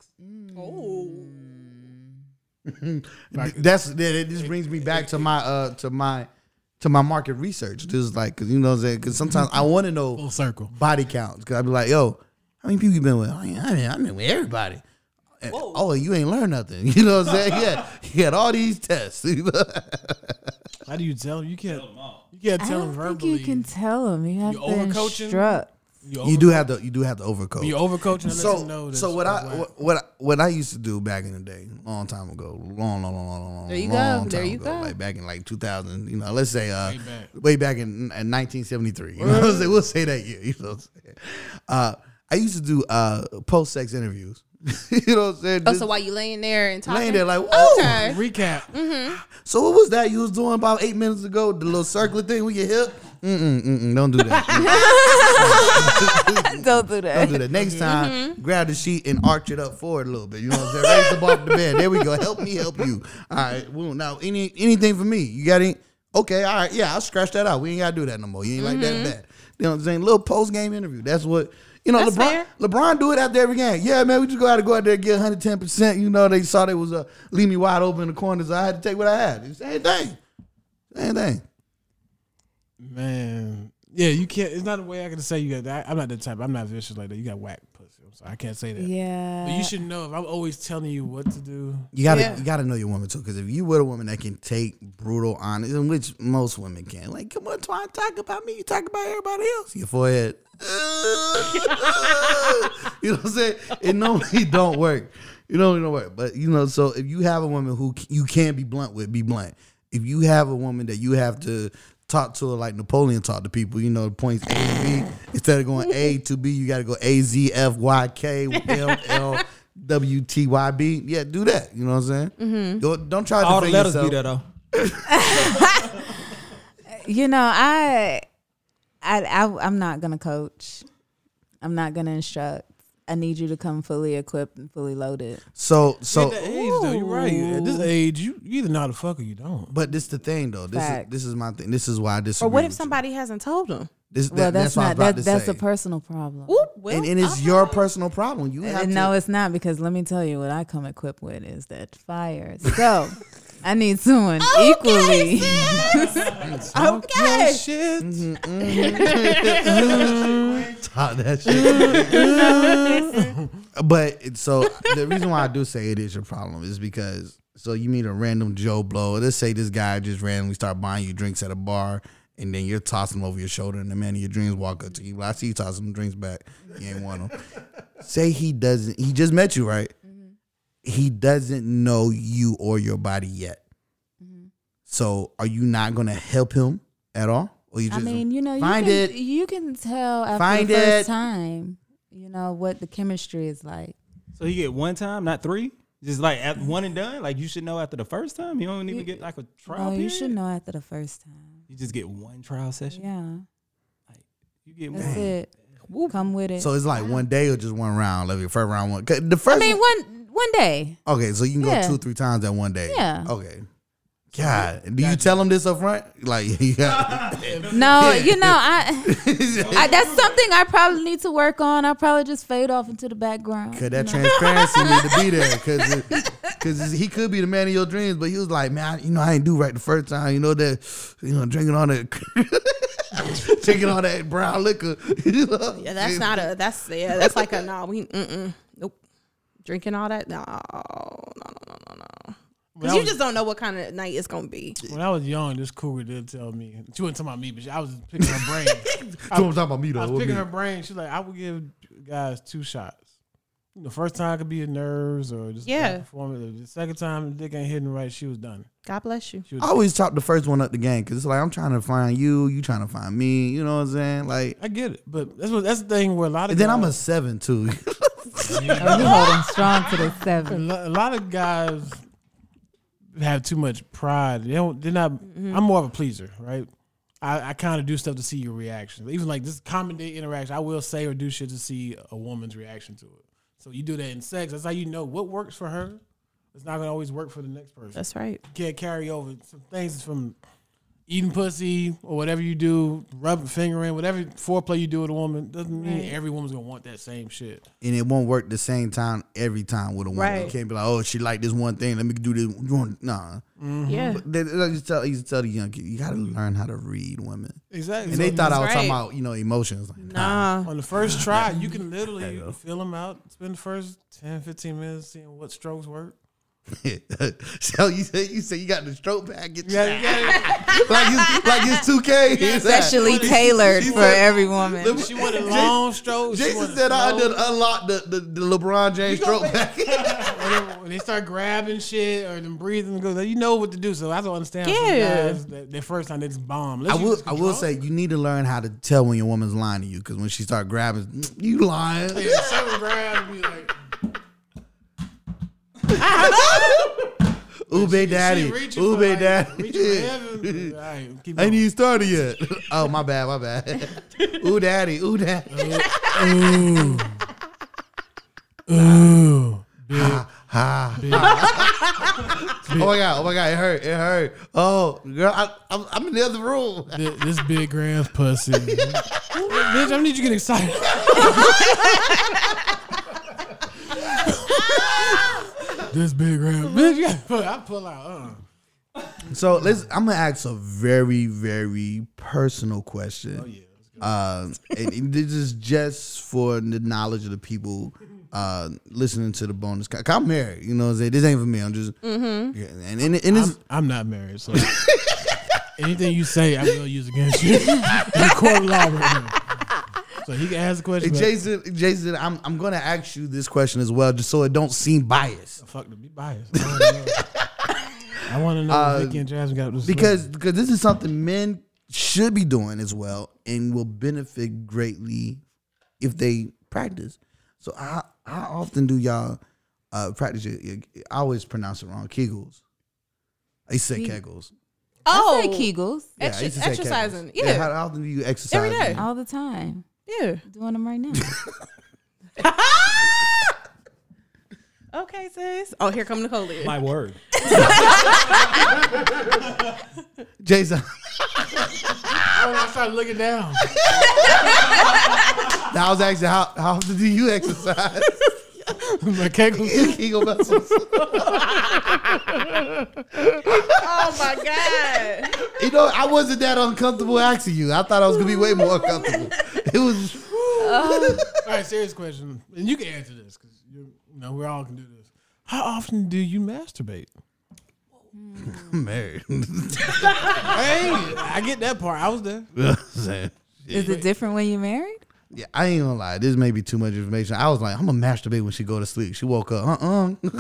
Speaker 1: that's that. It just brings me back to my uh to my to my market research. Just like because you know what I'm saying. Because sometimes I want to know
Speaker 5: Full circle.
Speaker 1: body counts. Because I'd be like, yo, how many people you been with? I mean, I mean, I've been with everybody. And, oh, you ain't learned nothing. You know what I'm saying? Yeah, you had all these tests.
Speaker 5: How do you tell? You can't. You can't
Speaker 2: I
Speaker 5: tell them
Speaker 2: don't think
Speaker 5: verbally.
Speaker 2: you can tell them. You have
Speaker 5: You
Speaker 2: to
Speaker 5: overcoaching?
Speaker 2: instruct.
Speaker 1: you do have to. You do have to overcoat.
Speaker 5: You overcoaching. and let
Speaker 1: so,
Speaker 5: them know that
Speaker 1: so what
Speaker 5: you're
Speaker 1: I
Speaker 5: black.
Speaker 1: what, what I what I used to do back in the day, long time ago, long, long, long, long, long,
Speaker 2: There you
Speaker 1: long
Speaker 2: go. There
Speaker 1: time
Speaker 2: you
Speaker 1: ago,
Speaker 2: go.
Speaker 1: like back in like 2000, you know, let's say uh, way
Speaker 5: Way
Speaker 1: back,
Speaker 5: back.
Speaker 1: in, in 1973. You know what I'm saying? We'll say that year. You know what I'm saying? Uh, I used to do uh, post sex interviews. you know what I'm saying?
Speaker 3: Oh,
Speaker 1: Just
Speaker 3: so while you laying there and talking,
Speaker 1: laying there like, whoa.
Speaker 3: Okay.
Speaker 5: recap.
Speaker 2: Mm.
Speaker 1: So what was that you was doing about eight minutes ago? The little circular thing with your hip? Mm-mm, mm-mm, don't do that.
Speaker 2: Don't do
Speaker 1: Don't
Speaker 2: that.
Speaker 1: do that. Next time,
Speaker 3: Mm-hmm.
Speaker 1: grab the sheet and arch it up forward a little bit. You know what I'm saying? Raise the bar up the bed. There we go. Help me, help you. All right. Well, now any anything for me? You got any? Okay. All right. Yeah, I'll scratch that out. We ain't gotta do that no more. You ain't like
Speaker 3: Mm-hmm.
Speaker 1: that bad. You know what I'm saying? Little post game interview. That's what you know.
Speaker 3: That's
Speaker 1: LeBron.
Speaker 3: fair.
Speaker 1: LeBron do it after every game. Yeah, man. We just go out and go out there and get 110. percent You know they saw they was uh, leave me wide open in the corners. I had to take what I had. It's Same thing. Same thing.
Speaker 5: Man, yeah, you can't. It's not a way I can say you got that. I'm not the type. I'm not vicious like that. You got whack pussy. I'm sorry, I can't say that. But
Speaker 2: Yeah.
Speaker 5: you should know if I'm always telling you what to do.
Speaker 1: You gotta
Speaker 3: Yeah.
Speaker 1: you gotta know your woman too, because if you with a woman that can take brutal honesty, and which most women can, like come on, Twan, talk about me, you talk about everybody else. Your forehead, you know what I'm saying? It normally don't work. It normally don't work. But you know, so if you have a woman who c- you can be blunt with, be blunt. If you have a woman that you have to talk to her like Napoleon talked to people, you know, the points A and B instead of going A to B, you got to go A Z F Y K L L. W T Y B. Yeah, do that. You know what I'm saying? Mm-hmm. Don't, don't try to
Speaker 4: All the
Speaker 1: defend
Speaker 4: letters
Speaker 1: yourself.
Speaker 4: be there though.
Speaker 2: You know, I, I, I, I'm not gonna coach. I'm not gonna instruct. I need you to come fully equipped and fully loaded.
Speaker 1: So so.
Speaker 5: At that age, though, you're right. At this
Speaker 2: Ooh.
Speaker 5: age, you, you either know how to fuck or you don't.
Speaker 1: But this the thing though. This
Speaker 2: Fact.
Speaker 1: is this is my thing. This is why I disagree.
Speaker 3: Or what if
Speaker 1: with you.
Speaker 3: somebody hasn't told them?
Speaker 1: This, that,
Speaker 2: well,
Speaker 1: that's,
Speaker 2: that's,
Speaker 1: what I was
Speaker 2: not
Speaker 1: about
Speaker 2: that,
Speaker 1: to
Speaker 2: that's
Speaker 1: say.
Speaker 2: a personal problem.
Speaker 3: Ooh, well,
Speaker 1: and, and it's
Speaker 3: okay.
Speaker 1: your personal problem. You have
Speaker 2: And
Speaker 1: to.
Speaker 2: no, it's not because let me tell you what I come equipped with is that fire. So I need someone equally.
Speaker 3: Okay.
Speaker 5: Shit.
Speaker 1: Talk that shit. but it's- so the reason why I do say it is your problem is because so you meet a random Joe Blow. Let's say this guy just randomly start buying you drinks at a bar, and then you're tossing them over your shoulder, and the man of your dreams walk up to you. Well, I see you tossing them drinks back. You ain't want them. say he doesn't. He just met you, right?
Speaker 2: Mm-hmm.
Speaker 1: He doesn't know you or your body yet.
Speaker 2: Mm-hmm.
Speaker 1: So are you not going to help him at all? Or you
Speaker 2: I
Speaker 1: just
Speaker 2: mean, you know, you
Speaker 1: find
Speaker 2: can,
Speaker 1: it.
Speaker 2: you can tell after
Speaker 1: Find
Speaker 2: the first
Speaker 1: it.
Speaker 2: time, you know, what the chemistry is like.
Speaker 4: So you get one time, not three. Just like at one and done. Like you should know after the first time. You don't even get like a trial.
Speaker 2: Oh, you
Speaker 4: period.
Speaker 2: should know after the first time.
Speaker 4: You just get one trial session.
Speaker 2: Yeah.
Speaker 4: You get
Speaker 2: That's
Speaker 4: one.
Speaker 2: it. Come with it.
Speaker 1: So it's like one day or just one round, like your first round one. 'Cause The
Speaker 2: I
Speaker 1: first,
Speaker 2: mean, one one day.
Speaker 1: okay, so you can
Speaker 2: yeah.
Speaker 1: go two, three times at one day.
Speaker 2: Yeah.
Speaker 1: Okay. God, do you tell them this up front? Like, yeah.
Speaker 2: No, you know, I, I that's something I probably need to work on. I probably just fade off into the background.
Speaker 1: Cause that transparency need to be there, cause it- cause he could be the man of your dreams, but he was like, man, I- you know, I ain't do right the first time. You know that, you know, drinking all that, drinking all that brown liquor.
Speaker 3: oh. Yeah, that's not a. That's yeah. That's like a no. We mm-mm, nope. Drinking all that. No, no, no, no, no, no.
Speaker 5: When I
Speaker 3: Because you
Speaker 5: was-
Speaker 3: just don't know what kind of night it's gonna be.
Speaker 5: When I was young, this cougar did tell me. She wasn't talking about me, but she, I was picking her brain.
Speaker 1: That's what I'm talking about. Me though.
Speaker 5: I was
Speaker 1: with
Speaker 5: picking
Speaker 1: me.
Speaker 5: her brain. She's like, I would give guys two shots. The first time could be a nerves or just
Speaker 3: Yeah.
Speaker 5: bad performance. The second time, the dick ain't hitting right. She was done.
Speaker 3: God bless you.
Speaker 1: I always chop the first one up the game because it's like I'm trying to find you, you trying to find me. You know what I'm saying? Like,
Speaker 5: I get it, but that's what that's the thing where a lot of
Speaker 1: and then I'm a
Speaker 5: guys,
Speaker 1: seven too.
Speaker 2: Oh, you holding strong to the
Speaker 5: a
Speaker 2: seven.
Speaker 5: lo- a lot of guys have too much pride. They don't. They're not. I'm more of a pleaser, right? I, I kind of do stuff to see your reaction. Even like this common day interaction, I will say or do shit to see a woman's reaction to it. So you do that in sex. That's how you know what works for her. It's not gonna always work for the next person.
Speaker 3: That's right.
Speaker 5: can't carry over some things from eating pussy or whatever you do, rubbing finger in, whatever foreplay you do with a woman doesn't mean every woman's gonna want that same shit.
Speaker 1: and it won't work the same time every time with a woman.
Speaker 3: Right.
Speaker 1: You can't be like, oh, she like this one thing. Let me do this. You want- Nah.
Speaker 3: Yeah.
Speaker 1: They, they- I used to tell, I used to tell the young kid, you got to learn how to read women.
Speaker 5: Exactly.
Speaker 1: And they thought I was talking
Speaker 3: right.
Speaker 1: about, you know, emotions. Like, nah.
Speaker 3: Nah.
Speaker 5: on the first try, you can literally fill them out, spend the first 10, 15 minutes seeing what strokes work.
Speaker 1: so you say you say you got the stroke package.
Speaker 5: Yeah, yeah.
Speaker 1: like, it's, like it's 2K. It's like-
Speaker 2: Especially tailored
Speaker 1: She
Speaker 2: for
Speaker 1: said-
Speaker 2: every woman.
Speaker 5: she wanted long strokes. she
Speaker 1: Jason
Speaker 5: wanted
Speaker 1: said I
Speaker 5: slow.
Speaker 1: under, unlocked the, the, the LeBron James stroke package.
Speaker 5: when they, when they start grabbing shit or them breathing, go, you know what to do. So I don't understand.
Speaker 3: Yeah.
Speaker 5: Yeah. Guys, that, that first time they just bomb.
Speaker 1: I
Speaker 5: Unless you
Speaker 1: will.
Speaker 5: just
Speaker 1: I will
Speaker 5: control-
Speaker 1: say you need to learn how to tell when your woman's lying to you because when she start grabbing, "Mm, you lying.
Speaker 5: Yeah, seven grabs. Be like,
Speaker 1: Ube daddy,
Speaker 5: She reaching for,
Speaker 1: ube
Speaker 5: like, reaching for
Speaker 1: daddy.
Speaker 5: heaven. All right, keep
Speaker 1: I ain't
Speaker 5: going.
Speaker 1: even started yet. oh my bad, my bad. ooh daddy, ooh daddy.
Speaker 5: Ooh,
Speaker 1: Oh my god, oh my god, it hurt, it hurt. Oh girl, I, I'm, I'm in the other room.
Speaker 5: thi- this big grams pussy. Bitch, I need you to get excited. this big grams. Bitch, you gotta pull, I pull out. Uh-uh.
Speaker 1: So let's. I'm gonna ask a very, very personal question. Oh yeah. Um, and, and this is just for the knowledge of the people uh, listening to the bonus. 'Cause I'm married, you know. What I'm saying? This ain't for me. I'm just, yeah, and, and, and it's,
Speaker 5: I'm, I'm not married, so anything you say, I will use against you in court of law right now. So he can ask the question.
Speaker 1: Hey,
Speaker 5: but-
Speaker 1: Jason, Jason, I'm I'm gonna ask you this question as well, just so it don't seem biased.
Speaker 5: Fuck to be biased. I wanna know. I want to know if Vicky and Jasmine got this
Speaker 1: Uh, Because because this is something men should be doing as well and will benefit greatly if they practice. So I I often do y'all uh practice your, your- I always pronounce it wrong, Kegels. I used to say Kegels.
Speaker 2: I
Speaker 3: Oh,
Speaker 2: say Kegels
Speaker 1: Yeah, I
Speaker 3: Exer-
Speaker 1: used to say Kegels.
Speaker 3: exercising.
Speaker 1: Yeah.
Speaker 3: Yeah.
Speaker 1: how often do you exercise?
Speaker 3: Every day.
Speaker 2: all the time.
Speaker 3: Yeah.
Speaker 2: Doing them right now.
Speaker 3: Okay, sis. Oh, here come Nicole.
Speaker 4: My word.
Speaker 1: Jason,
Speaker 5: I started looking down.
Speaker 1: I was asking how how often do you exercise
Speaker 5: My kegels.
Speaker 1: Kegel muscles?
Speaker 3: Oh my god.
Speaker 1: You know, I wasn't that uncomfortable asking you. I thought I was gonna be way more uncomfortable. It was
Speaker 5: All right, serious question, and you can answer this because you know we all can do this. How often do you masturbate?
Speaker 1: I'm married.
Speaker 5: Hey, I get that part. I was there.
Speaker 2: Is it different when you're married?
Speaker 1: yeah, I ain't gonna lie. This may be too much information. I was like, I'm gonna masturbate when she go to sleep. She woke up. Uh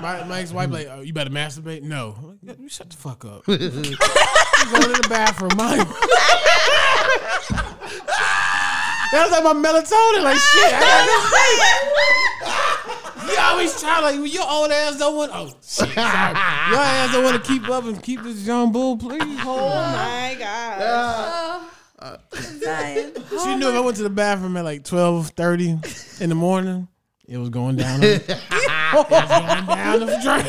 Speaker 1: uh
Speaker 5: My, my ex-wife like, oh, you better masturbate. No, I'm like, you shut the fuck up. you going to the bathroom? My. that was like my melatonin. Like shit. I gotta go sleep. You always try like well, your old ass don't want. Oh shit, sorry. Your ass don't want to keep up and keep this young bull. Please hold on.
Speaker 3: My
Speaker 1: Oh,
Speaker 3: god.
Speaker 5: She knew if I went to the bathroom at like twelve thirty in the morning, it was going down. on me. It's going down the drain.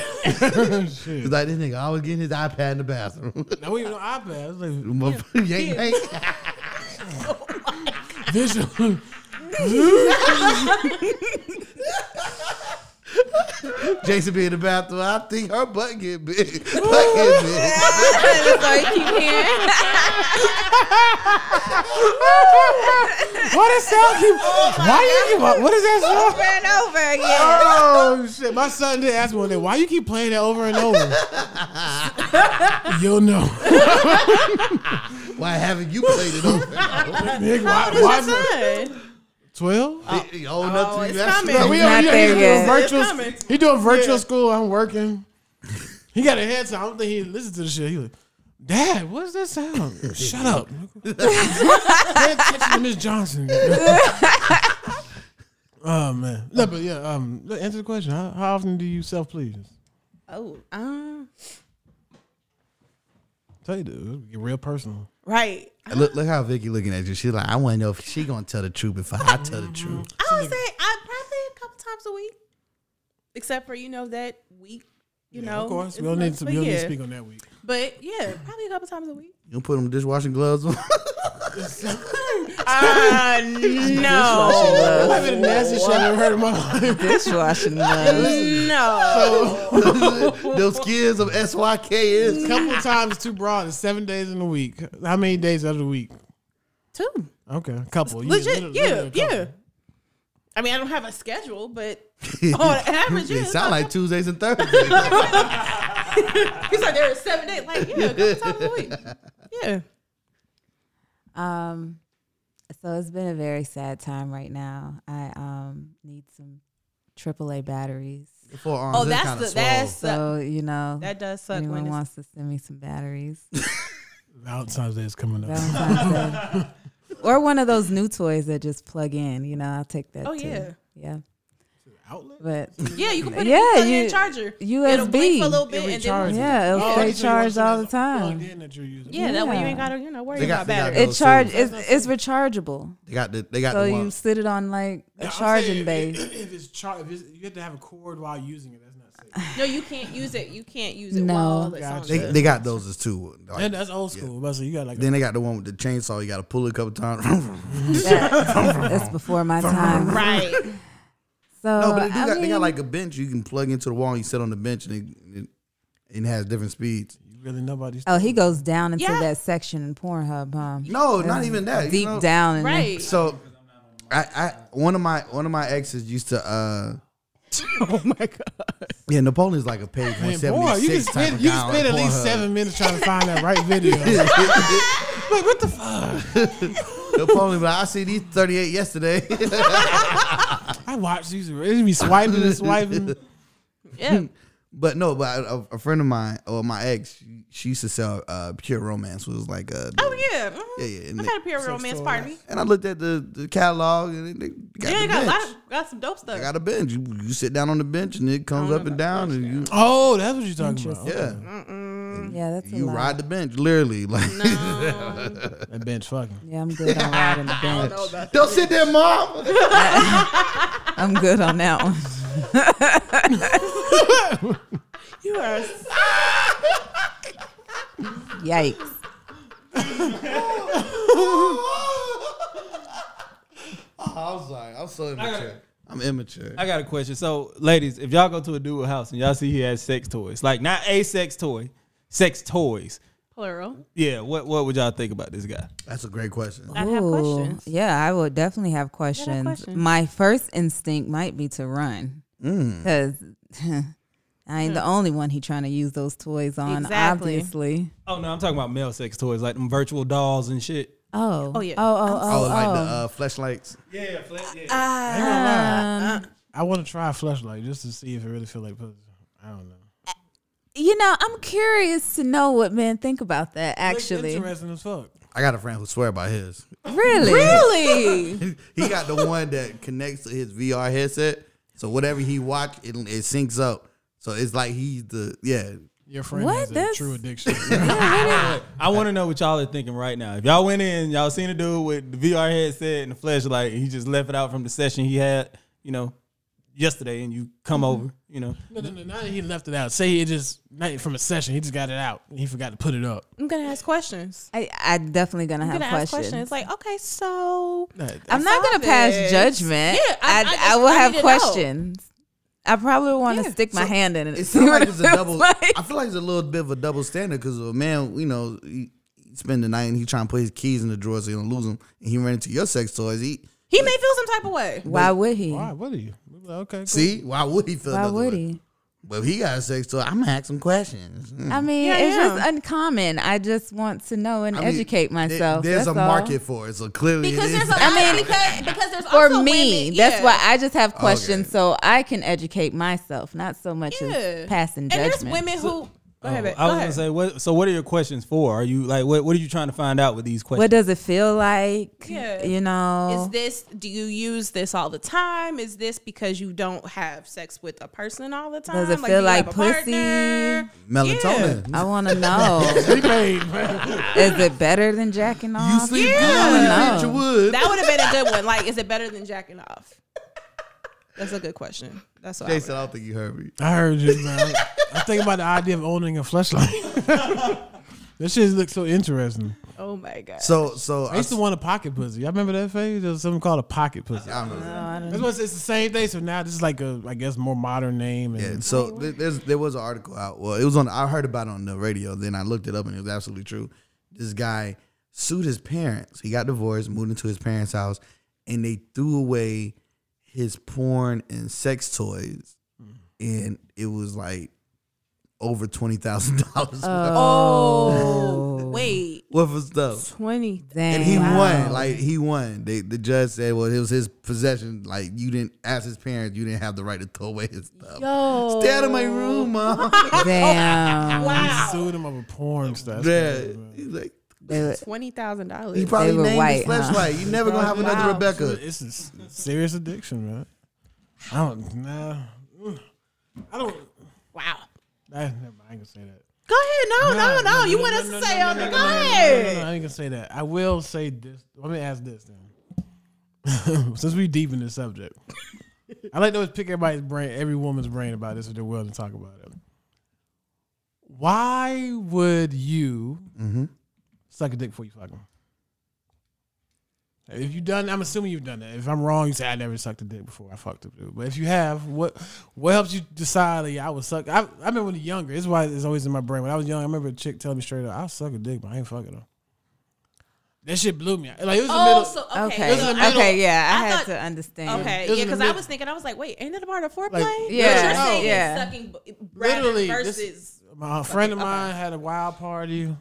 Speaker 5: Shit.
Speaker 1: It's like this nigga always getting his iPad in the bathroom.
Speaker 5: Now we even know iPad. It's like
Speaker 1: Motherfucker, yank, yank.
Speaker 5: visual.
Speaker 1: Jason be in the bathroom. I think her butt get big. Butt get big.
Speaker 3: That's all you keep hearing.
Speaker 5: What is that? Keep, why you? What is that song?
Speaker 3: Over and over again.
Speaker 5: Oh shit! My son did ask me one day, "Why you keep playing that over and over?" You'll know,
Speaker 1: Why haven't you played it over?
Speaker 5: nigga. Why? why Twelve?
Speaker 1: He old enough
Speaker 3: Oh,
Speaker 1: to be
Speaker 3: it's
Speaker 1: that's-
Speaker 3: coming.
Speaker 5: Yeah, we
Speaker 2: Not
Speaker 5: are, yeah,
Speaker 2: there
Speaker 5: he's
Speaker 2: yet.
Speaker 5: doing
Speaker 3: It's
Speaker 5: virtual.
Speaker 3: coming.
Speaker 5: He doing virtual school. I'm working. He got a headset. I don't think he listened to the shit. He like, Dad, what's that sound? Shut up. Pay attention to Miss Johnson. oh man. No, but yeah. Um, look, answer the question. How, how often do you self please?
Speaker 3: Oh, um,
Speaker 5: Tell you, dude, get real personal.
Speaker 3: right.
Speaker 1: Look, look how Vicky looking at you. She like, I want to know if she gonna tell the truth before I tell the truth.
Speaker 3: I would say I probably a couple times a week, except for you know that week. You know,
Speaker 5: of course,
Speaker 3: it's
Speaker 5: we don't need
Speaker 3: months,
Speaker 5: to.
Speaker 3: but
Speaker 5: We don't need
Speaker 3: yeah.
Speaker 5: to speak on that week.
Speaker 3: But yeah, probably a couple times a week.
Speaker 1: You gonna put them dishwashing gloves on?
Speaker 3: Uh, no,
Speaker 5: That might be the nastiest shit I've ever heard in my life.
Speaker 2: Dishwashing gloves.
Speaker 3: no. Oh.
Speaker 1: Those kids of SYK is.
Speaker 5: couple times too broad. It's seven days in a week. How many days out of the week?
Speaker 3: Two,
Speaker 5: Okay, a couple. You
Speaker 3: legit,
Speaker 5: literally-
Speaker 3: yeah,
Speaker 5: literally a couple.
Speaker 3: yeah. I mean, I don't have a schedule, but on average, yeah,
Speaker 1: It
Speaker 3: it's
Speaker 1: sound
Speaker 3: like-
Speaker 1: like Tuesdays and Thursdays.
Speaker 3: he's like there are seven days. Like yeah, a couple times a week. Yeah.
Speaker 2: Um, so it's been a very sad time right now. I um need some AAA batteries.
Speaker 1: Four arms.
Speaker 3: Oh,
Speaker 1: it's
Speaker 3: that's
Speaker 1: kinda
Speaker 3: the
Speaker 1: swole.
Speaker 3: that's the,
Speaker 2: So you know,
Speaker 3: that does suck when
Speaker 2: anyone
Speaker 3: it's
Speaker 2: wants to send me some batteries,
Speaker 5: Valentine's Day is coming up.
Speaker 2: Valentine's Day. or one of those new toys that just plug in. You know, I'll take that.
Speaker 3: Oh,
Speaker 2: too.
Speaker 3: yeah.
Speaker 2: yeah.
Speaker 5: Outlet?
Speaker 2: But
Speaker 3: Yeah, you can put
Speaker 2: Yeah,
Speaker 3: it in
Speaker 2: you-
Speaker 3: the charger. It'll blink
Speaker 2: USB.
Speaker 3: for a little bit
Speaker 5: It
Speaker 3: and then
Speaker 5: recharges.
Speaker 2: yeah,
Speaker 1: Oh,
Speaker 5: so you
Speaker 2: it'll stay
Speaker 5: want
Speaker 2: charged
Speaker 5: something
Speaker 2: all the
Speaker 5: that's
Speaker 2: time.
Speaker 5: plugged in that you're using.
Speaker 3: yeah, that way you
Speaker 2: Yeah.
Speaker 3: ain't gotta you know worry
Speaker 1: They got-
Speaker 3: about
Speaker 1: they
Speaker 3: battery.
Speaker 1: got those
Speaker 2: It
Speaker 1: too.
Speaker 2: charge it's, it's rechargeable.
Speaker 1: They got the they got
Speaker 2: So
Speaker 1: the
Speaker 2: you
Speaker 1: one.
Speaker 2: sit it on like a
Speaker 5: Yeah, I'm
Speaker 2: charging
Speaker 5: saying
Speaker 2: base.
Speaker 5: If, if it's char- if it's, you have to have a cord while using it. That's not safe.
Speaker 3: No, you can't use it. You can't use it.
Speaker 2: No.
Speaker 3: while it's on
Speaker 1: They,
Speaker 3: there.
Speaker 1: they got those as two. Like,
Speaker 5: and uh, that's old school. But so you got like
Speaker 1: then they got the one with the chainsaw. You got to pull it a couple
Speaker 2: Uh,
Speaker 1: times.
Speaker 2: That- that's before my time.
Speaker 3: right.
Speaker 2: So
Speaker 1: No, but they do
Speaker 2: I
Speaker 1: got they
Speaker 2: mean,
Speaker 1: got like a bench you can plug into the wall. You sit on the bench and it, it, it has different speeds.
Speaker 5: you really nobody's.
Speaker 2: Oh, he goes down into
Speaker 3: Yeah.
Speaker 2: that section in Pornhub, huh?
Speaker 1: No, not even that. you
Speaker 2: Deep
Speaker 1: know?
Speaker 2: down, in the-
Speaker 3: Right.
Speaker 1: So, I, I one of my one of my exes used to. uh
Speaker 5: oh my god!
Speaker 1: Yeah, Napoleon's like a page one
Speaker 5: Man, boy, you
Speaker 1: seventy
Speaker 5: can
Speaker 1: six type
Speaker 5: spend
Speaker 1: of
Speaker 5: you
Speaker 1: guy.
Speaker 5: can
Speaker 1: on
Speaker 5: spend at least
Speaker 1: Pornhub.
Speaker 5: seven minutes trying to find that right video. Like, what the fuck?
Speaker 1: Napoleon, but I see these thirty eight yesterday.
Speaker 5: I watched these. It be swiping and swiping.
Speaker 3: yeah.
Speaker 1: But no, but a, a friend of mine or my ex, she, she used to sell uh, pure romance. Was like, uh,
Speaker 3: Oh yeah. mhm.
Speaker 1: yeah, yeah. And,
Speaker 3: I've
Speaker 1: they-
Speaker 3: had a peer romance party.
Speaker 1: and I looked at the, the catalog and they got
Speaker 3: Yeah,
Speaker 1: the
Speaker 3: I got a
Speaker 1: bench.
Speaker 3: lot of, got some dope stuff.
Speaker 1: I got a bench. You, you sit down on the bench and it comes up and down and you
Speaker 5: Oh, that's what you're talking about.
Speaker 1: yeah.
Speaker 2: Yeah, that's a
Speaker 1: You
Speaker 2: lot.
Speaker 1: ride the bench literally like
Speaker 5: That bench fucking.
Speaker 2: Yeah, I'm good on riding the bench.
Speaker 1: Don't sit there, mom.
Speaker 2: I'm good on that one.
Speaker 3: you are s-
Speaker 2: Yikes.
Speaker 1: Oh, I'm sorry. I'm so immature. I'm immature.
Speaker 4: I got a question. So, ladies, if y'all go to a dude house and y'all see he has sex toys, like not a sex toy, sex toys.
Speaker 3: plural.
Speaker 4: Yeah, what what would y'all think about this guy?
Speaker 1: That's a great question.
Speaker 3: I have
Speaker 2: Ooh,
Speaker 3: questions.
Speaker 2: Yeah, I will definitely have questions.
Speaker 3: questions.
Speaker 2: My first instinct might be to run
Speaker 3: Mm.
Speaker 2: because I ain't the only one he trying to use those toys on.
Speaker 3: Hmm. Exactly.
Speaker 2: Obviously.
Speaker 4: Oh no, I'm talking about male sex toys, like them virtual dolls and shit.
Speaker 2: Oh.
Speaker 3: Oh, yeah.
Speaker 2: Oh oh
Speaker 1: Oh,
Speaker 2: oh.
Speaker 1: like the
Speaker 2: oh.
Speaker 1: uh, flashlights.
Speaker 4: Yeah, yeah.
Speaker 5: I ain't gonna lie.
Speaker 2: Um,
Speaker 5: I want to try a flashlight just to see if it really feel like pussy. I don't know.
Speaker 2: you know, I'm curious to know what men think about that.
Speaker 5: Looks
Speaker 2: Actually,
Speaker 5: interesting as fuck.
Speaker 1: I got a friend who swear by his.
Speaker 2: really, really.
Speaker 1: He got the one that connects to his VR headset, so whatever he watch, it, it syncs up. So it's like he's the yeah.
Speaker 5: Your friend
Speaker 2: What?
Speaker 5: has a
Speaker 2: That's-
Speaker 5: true addiction.
Speaker 4: I want to know what y'all are thinking right now. If y'all went in, y'all seen a dude with the VR headset and the flashlight, and he just left it out from the session he had. You know, yesterday and you come
Speaker 3: Mm-hmm.
Speaker 4: over, you know.
Speaker 5: No, no, no. Not that he left it out. Say he just not from a session. He just got it out. He forgot to put it up.
Speaker 3: I'm gonna ask questions.
Speaker 2: I, I definitely gonna
Speaker 3: I'm
Speaker 2: have
Speaker 3: gonna ask
Speaker 2: questions.
Speaker 3: questions. Like, okay, so
Speaker 2: I'm not
Speaker 3: saw
Speaker 2: gonna pass
Speaker 3: this.
Speaker 2: judgment.
Speaker 3: Yeah, I-
Speaker 2: I,
Speaker 3: I
Speaker 2: I,
Speaker 3: just-
Speaker 2: will
Speaker 3: I
Speaker 2: have
Speaker 3: need to know.
Speaker 2: questions. I probably want to
Speaker 3: Yeah.
Speaker 2: stick my
Speaker 1: So,
Speaker 2: hand in it.
Speaker 1: It
Speaker 2: see
Speaker 1: sounds
Speaker 2: what
Speaker 1: like it's a
Speaker 2: feels
Speaker 1: double.
Speaker 2: like.
Speaker 1: I feel like it's a little bit of a double standard because a man, you know, he he spend the night and he trying to put his keys in the drawer so he don't lose them, and he ran into your sex toys. He
Speaker 3: he may feel some type of way.
Speaker 2: Why would he?
Speaker 5: All right, what are you? Okay, cool.
Speaker 1: see why would he feel?
Speaker 2: Why
Speaker 1: another
Speaker 2: would
Speaker 1: way?
Speaker 2: he?
Speaker 1: But if he got a sex toy, I'm gonna ask some questions. Mm.
Speaker 2: I mean,
Speaker 3: Yeah,
Speaker 2: it's
Speaker 3: yeah.
Speaker 2: just uncommon. I just want to know and
Speaker 1: I mean,
Speaker 2: educate
Speaker 1: it-
Speaker 2: myself.
Speaker 1: there's
Speaker 2: That's
Speaker 1: a
Speaker 2: all.
Speaker 1: market for it, so clearly
Speaker 3: Because
Speaker 1: it
Speaker 3: there's
Speaker 1: is.
Speaker 3: a lot
Speaker 2: I mean,
Speaker 3: because, because there's
Speaker 2: for
Speaker 3: also
Speaker 2: me.
Speaker 3: women-
Speaker 2: That's
Speaker 3: yeah.
Speaker 2: why I just have questions
Speaker 1: Okay.
Speaker 2: so I can educate myself, not so much
Speaker 3: Yeah.
Speaker 2: as passing judgment.
Speaker 3: And there's women who. Go ahead,
Speaker 4: Oh,
Speaker 3: babe.
Speaker 4: I
Speaker 3: Go
Speaker 4: was gonna
Speaker 3: ahead.
Speaker 4: say, what, so what are your questions for? Are you like, what, what are you trying to find out with these
Speaker 2: what
Speaker 4: questions?
Speaker 2: does it feel like?
Speaker 3: Yeah.
Speaker 2: You know,
Speaker 3: Is this? Do you use this all the time? Is this because you don't have sex with a person all the time?
Speaker 2: Does it
Speaker 3: do
Speaker 2: feel
Speaker 3: you have
Speaker 2: like
Speaker 3: a
Speaker 2: pussy?
Speaker 3: partner?
Speaker 1: melatonin.
Speaker 2: I want to know.
Speaker 5: He paid, man.
Speaker 2: is it better than jacking off?
Speaker 1: You sleep
Speaker 3: Yeah.
Speaker 1: good, you
Speaker 2: No.
Speaker 1: would.
Speaker 3: That would have been a good one. Like, is it better than jacking off? That's a good question. That's what I
Speaker 1: Jason,
Speaker 3: would-
Speaker 1: I don't think you heard me.
Speaker 5: I heard you, man. I think about the idea of owning a fleshlight. this shit looks so interesting.
Speaker 3: Oh my god.
Speaker 1: So, so
Speaker 5: I used to want a pocket pussy. Y'all remember that phase? There was something called a pocket pussy.
Speaker 1: I don't know.
Speaker 5: That's what it's it's the same thing. So now this is like a, I guess, more modern name. And
Speaker 1: Yeah, so th- there's there was an article out. Well, it was on. I heard about it on the radio. Then I looked it up, and it was absolutely true. This guy sued his parents. He got divorced, moved into his parents' house, and they threw away his porn and sex toys, and it was like over twenty thousand dollars
Speaker 3: Oh wait,
Speaker 1: worth of stuff.
Speaker 3: twenty.
Speaker 2: Dang.
Speaker 1: And he
Speaker 2: Wow.
Speaker 1: won. Like he won. They, the judge said, "Well, it was his possession. Like you didn't ask his parents. You didn't have the right to throw away his stuff.
Speaker 3: Yo.
Speaker 1: Stay out of my room, mom."
Speaker 2: Damn.
Speaker 5: He sued him over porn stuff. That's
Speaker 1: Yeah,
Speaker 5: crazy, man.
Speaker 1: he's like
Speaker 2: They-
Speaker 3: Twenty thousand dollars.
Speaker 1: he probably
Speaker 2: were
Speaker 1: named
Speaker 2: white,
Speaker 1: his
Speaker 2: huh?
Speaker 1: flashlight. You never gonna have another
Speaker 3: Wow.
Speaker 1: Rebecca.
Speaker 5: It's a s- serious addiction, man. I don't, nah. Mm. I don't,
Speaker 3: Wow.
Speaker 5: I, never mind, I ain't gonna say that.
Speaker 3: Go ahead. No, no, no. you want us to say on the go ahead.
Speaker 5: No, no, no, I ain't gonna say that. I will say this. Let me ask this then. Since we deep in this subject, I like to always pick everybody's brain, every woman's brain about this if they're willing to talk about it. Why would you suck a dick before you fuck him? If you done, I'm assuming you've done that. If I'm wrong, you say I never sucked a dick before I fucked a dude. But if you have, what what helps you decide? Like, yeah, I would suck. I, I remember when younger. It's why it's always in my brain. When I was young, I remember a chick telling me straight up, "I suck a dick, but I ain't fucking her." That shit blew me. Like it was the
Speaker 3: Oh,
Speaker 5: middle.
Speaker 3: so okay.
Speaker 2: Okay.
Speaker 5: This is
Speaker 3: so
Speaker 5: the
Speaker 3: I
Speaker 2: Okay.
Speaker 5: middle.
Speaker 2: Yeah, I,
Speaker 3: I
Speaker 2: had
Speaker 3: thought-
Speaker 2: to understand.
Speaker 3: Okay,
Speaker 5: It was
Speaker 3: yeah,
Speaker 5: in
Speaker 3: because
Speaker 5: the
Speaker 3: I
Speaker 5: mid-
Speaker 3: was thinking, I was like, wait, ain't that a part of foreplay?
Speaker 5: Like,
Speaker 3: But
Speaker 2: Yeah,
Speaker 3: you're saying
Speaker 2: yeah.
Speaker 3: it's sucking b-
Speaker 5: Literally,
Speaker 3: literally
Speaker 5: this-
Speaker 3: versus
Speaker 5: my friend of mine had a wild party.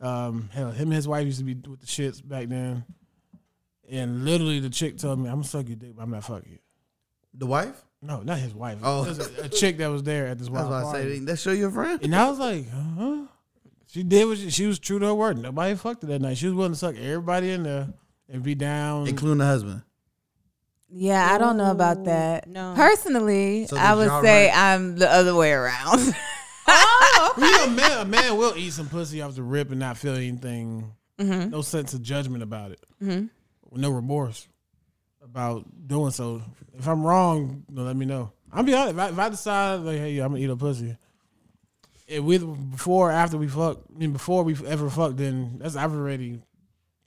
Speaker 5: Um, hell, him and his wife used to be with the shits back then. And literally, the chick told me, "I'm gonna suck your dick, but I'm not fucking you."
Speaker 1: The wife?
Speaker 5: No, not his wife.
Speaker 1: Oh.
Speaker 5: Oh, a, a chick that was there at this
Speaker 1: That's
Speaker 5: wild
Speaker 1: why I
Speaker 5: party.
Speaker 1: say that show your friend.
Speaker 5: And I was like, huh? She did what she, she was true to her word. Nobody fucked her that night. She was willing to suck everybody in there and be down.
Speaker 1: Including the husband.
Speaker 2: Yeah, I don't know about that.
Speaker 3: no.
Speaker 2: Personally,
Speaker 1: So
Speaker 2: I
Speaker 1: did
Speaker 2: would
Speaker 1: y'all
Speaker 2: say
Speaker 1: write-
Speaker 2: I'm the other way around.
Speaker 3: Oh,
Speaker 5: Well, you know, a man, a man will eat some pussy off the rip and not feel anything, no sense of judgment about it, mm-hmm. no remorse about doing so. If I'm wrong, you know, let me know. I'll be honest. If I, if I decide like, hey, I'm gonna eat a pussy, if we before or after we fuck, I mean, before we ever fuck, then that's I've already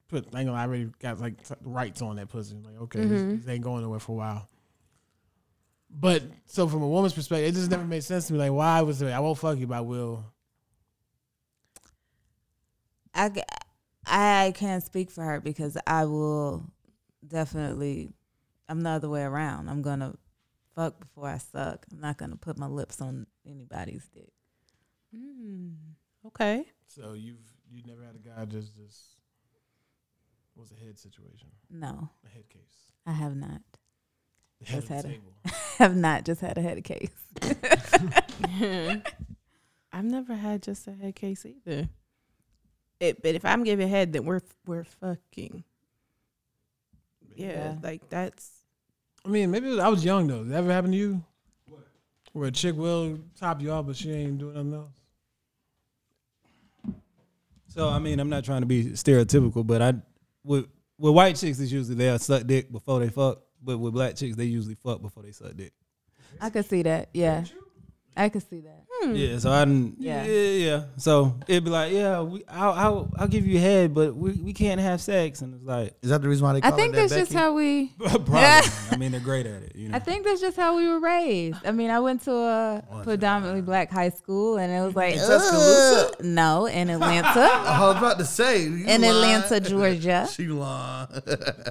Speaker 5: put. I ain't gonna, lie, I already got like t- rights on that pussy. Like, okay, this, this ain't going nowhere for a while. But so from a woman's perspective, it just never made sense to me. Like, why was it? I won't fuck you, but I will.
Speaker 2: I, g- I can't speak for her because I will definitely, I'm the other way around. I'm going to fuck before I suck. I'm not going to put my lips on anybody's dick.
Speaker 3: Hmm. Okay.
Speaker 5: So you've you never had a guy just just what was a head situation,
Speaker 2: No,
Speaker 5: a head case,
Speaker 2: I have not.
Speaker 5: the head
Speaker 2: Just
Speaker 5: of
Speaker 2: had
Speaker 5: the
Speaker 2: a-
Speaker 5: table.
Speaker 2: have not just had a head case.
Speaker 3: I've never had just a head case either. It, but if I'm giving head, then we're we're fucking. Yeah,
Speaker 2: Yeah.
Speaker 3: like that's
Speaker 5: I mean, maybe it was- I was young though. Did that ever happen to you? Where a chick will top you off, but she ain't doing nothing else.
Speaker 4: So I mean, I'm not trying to be stereotypical, but I with with white chicks, it's usually they'll suck dick before they fuck. but with black chicks, they usually fuck before they suck dick.
Speaker 2: I could see that. Yeah. I could see that.
Speaker 4: Yeah, so I didn't.
Speaker 2: Yeah.
Speaker 4: Yeah, yeah. yeah. So it'd be like, yeah, we, I'll, I'll, I'll give you head, but we, we can't have sex, and it's like,
Speaker 1: Is that the reason why they
Speaker 2: I
Speaker 1: call
Speaker 2: think
Speaker 1: it that,
Speaker 2: that's just
Speaker 1: Becky?
Speaker 2: how we
Speaker 4: probably.
Speaker 2: Yeah.
Speaker 4: I mean, they're great at it. You know,
Speaker 2: I think that's just how we were raised. I mean, I went to a predominantly black high school and it was like
Speaker 1: Tuscaloosa?
Speaker 2: "Ugh." No, in Atlanta.
Speaker 1: I was about to say you
Speaker 2: in
Speaker 1: lying.
Speaker 2: Atlanta, Georgia.
Speaker 1: She lying.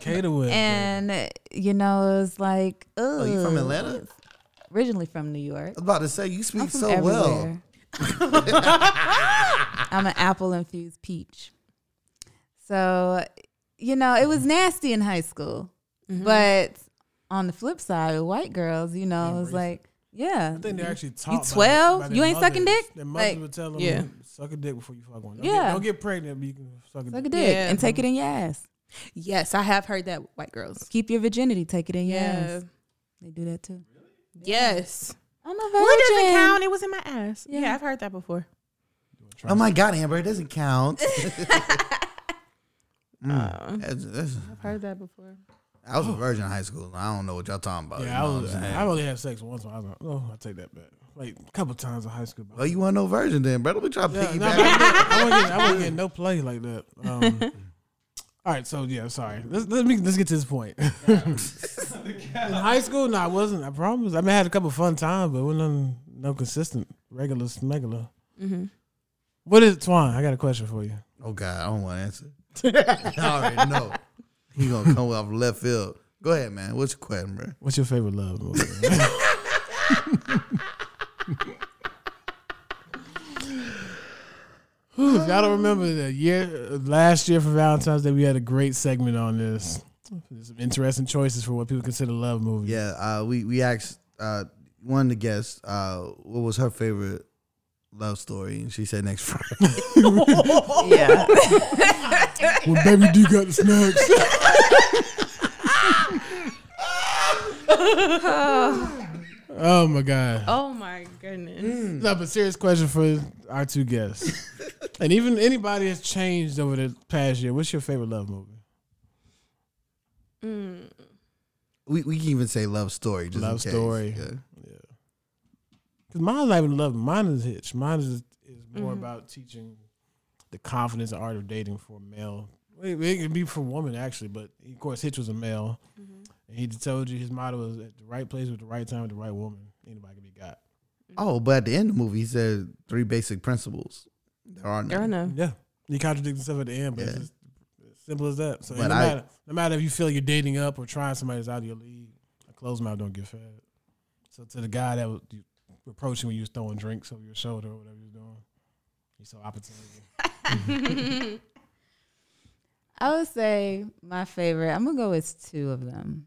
Speaker 5: Cater with.
Speaker 2: And you know, it was like Ugh.
Speaker 1: oh, you from Atlanta? I was
Speaker 2: Originally from New York.
Speaker 1: about to say you speak
Speaker 2: I'm from
Speaker 1: so well.
Speaker 2: everywhere. I'm an apple infused peach. So, you know, it was nasty in high school.
Speaker 3: Mm-hmm.
Speaker 2: But on the flip side, with white girls, you know, it was like, yeah.
Speaker 5: I think they're actually taught. by-
Speaker 2: 12?
Speaker 5: by their
Speaker 2: You ain't sucking
Speaker 5: mothers.
Speaker 2: dick?
Speaker 5: Their mothers
Speaker 2: Like-
Speaker 5: would tell them,
Speaker 3: Yeah.
Speaker 5: suck a dick before you fuck one. Don't
Speaker 2: Yeah.
Speaker 5: Get, don't get pregnant, but you can suck a
Speaker 2: Suck a
Speaker 5: dick.
Speaker 2: dick
Speaker 3: Yeah.
Speaker 2: and take it in your ass.
Speaker 3: Yes, I have heard that with white girls.
Speaker 2: Keep your virginity, take it in your
Speaker 3: Yeah.
Speaker 2: ass. They do that too.
Speaker 3: Yes.
Speaker 2: I'm a
Speaker 3: Well, it doesn't
Speaker 2: virgin.
Speaker 3: count. It was in my ass. Yeah,
Speaker 2: Yeah.
Speaker 3: I've heard that before.
Speaker 1: Oh my God, Amber, it doesn't count.
Speaker 3: Uh,
Speaker 1: Mm.
Speaker 5: Mm-hmm.
Speaker 1: That's- that's-
Speaker 3: I've heard that before.
Speaker 1: I was a virgin in high school. I don't know what y'all talking about.
Speaker 5: Oh. Yeah, I
Speaker 1: you know
Speaker 5: was.
Speaker 1: what I'm saying?
Speaker 5: I only had sex once. When I was like, oh, I take that back. Like a couple times in high school.
Speaker 1: well, you weren't no virgin then, brother. We try to
Speaker 5: Yeah, no,
Speaker 1: piggyback.
Speaker 5: but I wasn't- I wasn't getting- I wasn't getting no play like that. Um, all right, so yeah, sorry. Let's let me let's get to this point. In high school, no, I wasn't. I promise. I mean, I had a couple fun times, but it wasn't none, no consistent, regular smegular. What is Twan? I got a question for you.
Speaker 1: Oh God, I don't want to answer. I already know. He gonna come off left field. Go ahead, man. What's your question, bro?
Speaker 5: What's your favorite love movie? Whew, if y'all don't remember the year last year for Valentine's Day, we had a great segment on this. There's some interesting choices for what people consider love movies.
Speaker 1: Yeah, uh, we we asked uh, one of the guests uh, what was her favorite love story, and she said next Friday.
Speaker 2: Yeah.
Speaker 5: Well, baby D got the snacks. oh my god.
Speaker 3: Oh my goodness.
Speaker 5: No, but serious question for our two guests, and even anybody that's changed over the past year. What's your favorite love movie?
Speaker 3: Mm.
Speaker 1: we we can even say love story. Just in
Speaker 5: Love
Speaker 1: case.
Speaker 5: story.
Speaker 1: Yeah.
Speaker 5: Because mine's not even love. Mine is Hitch. Mine is is more about teaching the confidence and art of dating for a male. It, it can be for a woman actually, but of course Hitch was a male,
Speaker 3: Mm.
Speaker 5: and he told you his motto was at the right place with the right time with the right woman. Anybody can be got.
Speaker 1: Oh, but at the end of the movie, he said three basic principles. There are
Speaker 3: Fair
Speaker 1: none.
Speaker 3: enough.
Speaker 5: Yeah, he contradicts himself at the end, but it's
Speaker 1: Yeah.
Speaker 5: just as simple as that. So
Speaker 1: But
Speaker 5: no
Speaker 1: I-
Speaker 5: matter no matter if you feel you're dating up or trying somebody that's out of your league, a closed mouth don't get fed. So to the guy that was you approaching when you was throwing drinks over your shoulder or whatever you was doing, he saw opportunity.
Speaker 2: I would say my favorite, I'm going to go with two of them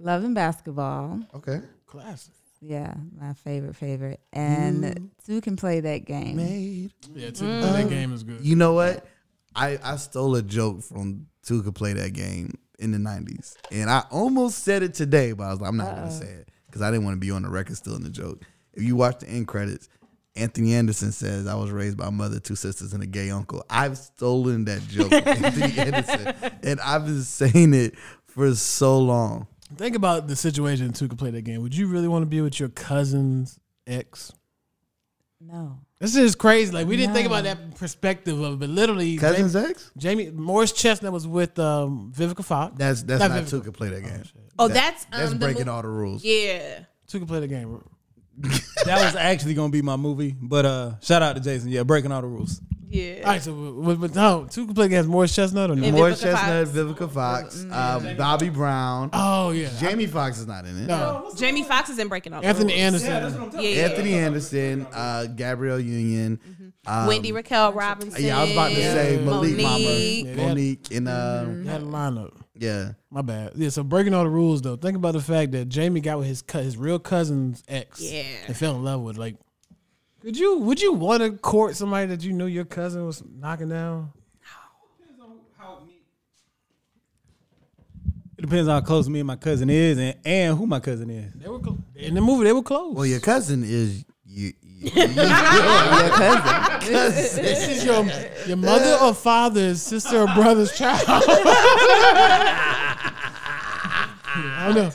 Speaker 2: Love and Basketball.
Speaker 1: Okay.
Speaker 5: Classic.
Speaker 2: Yeah, my favorite, favorite. And two can play that game.
Speaker 1: Made.
Speaker 5: Yeah, too, that game is good.
Speaker 1: Mm. Um, You know what? I I stole a joke from two could play that game in the nineties, and I almost said it today, but I was like, I'm not gonna say it because I didn't want to be on the record stealing the joke. If you watch the end credits, Anthony Anderson says, "I was raised by a mother, two sisters, and a gay uncle." I've stolen that joke, from Anthony Anderson, and I've been saying it for so long.
Speaker 5: Think about the situation two could play that game. Would you really want to be with your cousin's ex?
Speaker 2: No.
Speaker 5: This is crazy. Like we didn't think
Speaker 2: No.
Speaker 5: about that perspective of it, but literally
Speaker 1: Cousins X?
Speaker 5: Jamie, Jamie Morris Chestnut was with um, Vivica Fox.
Speaker 1: That's that's
Speaker 5: Not
Speaker 1: not,
Speaker 5: Vivica.
Speaker 1: two could play that game.
Speaker 3: Oh,
Speaker 1: That-
Speaker 3: that's um,
Speaker 1: that's
Speaker 3: the
Speaker 1: breaking
Speaker 3: mo-
Speaker 1: all the rules.
Speaker 3: Yeah.
Speaker 5: Two could play the game.
Speaker 4: that was actually gonna be my movie, but uh, shout out to Jason. Yeah, breaking all the rules.
Speaker 3: Yeah.
Speaker 5: All right, so with, with no, two can play against Morris Chestnut or no?
Speaker 3: Yeah.
Speaker 1: Morris
Speaker 3: Vivica Mm.
Speaker 1: Chestnut, Vivica Fox, uh, Bobby Brown.
Speaker 5: Oh yeah,
Speaker 1: Jamie Fox is not in it.
Speaker 5: no.
Speaker 3: Jamie Fox is in Breaking All the
Speaker 5: Anthony
Speaker 3: Rules.
Speaker 5: Anderson.
Speaker 3: Yeah, yeah.
Speaker 1: Anthony Anderson, uh, Gabrielle Union, um,
Speaker 3: Mm-hmm.
Speaker 1: uh,
Speaker 3: Wendy Raquel Robinson.
Speaker 1: Yeah, I was about to say Malik
Speaker 3: Monique. Mm-hmm.
Speaker 1: Mama, Monique, and uh,
Speaker 5: You had a lineup.
Speaker 1: yeah,
Speaker 5: My bad. Yeah, so breaking all the rules though. Think about the fact that Jamie got with his cou- his real cousin's ex.
Speaker 3: Yeah.
Speaker 5: and fell in love with. Like, could you would you want to court somebody that you knew your cousin was knocking down?
Speaker 4: It depends on how close me and my cousin is, and, and who my cousin is.
Speaker 5: They were cl- in the movie. They were close.
Speaker 1: Well, your cousin is you. you,
Speaker 5: this is your your mother or father's sister or brother's child. I don't know.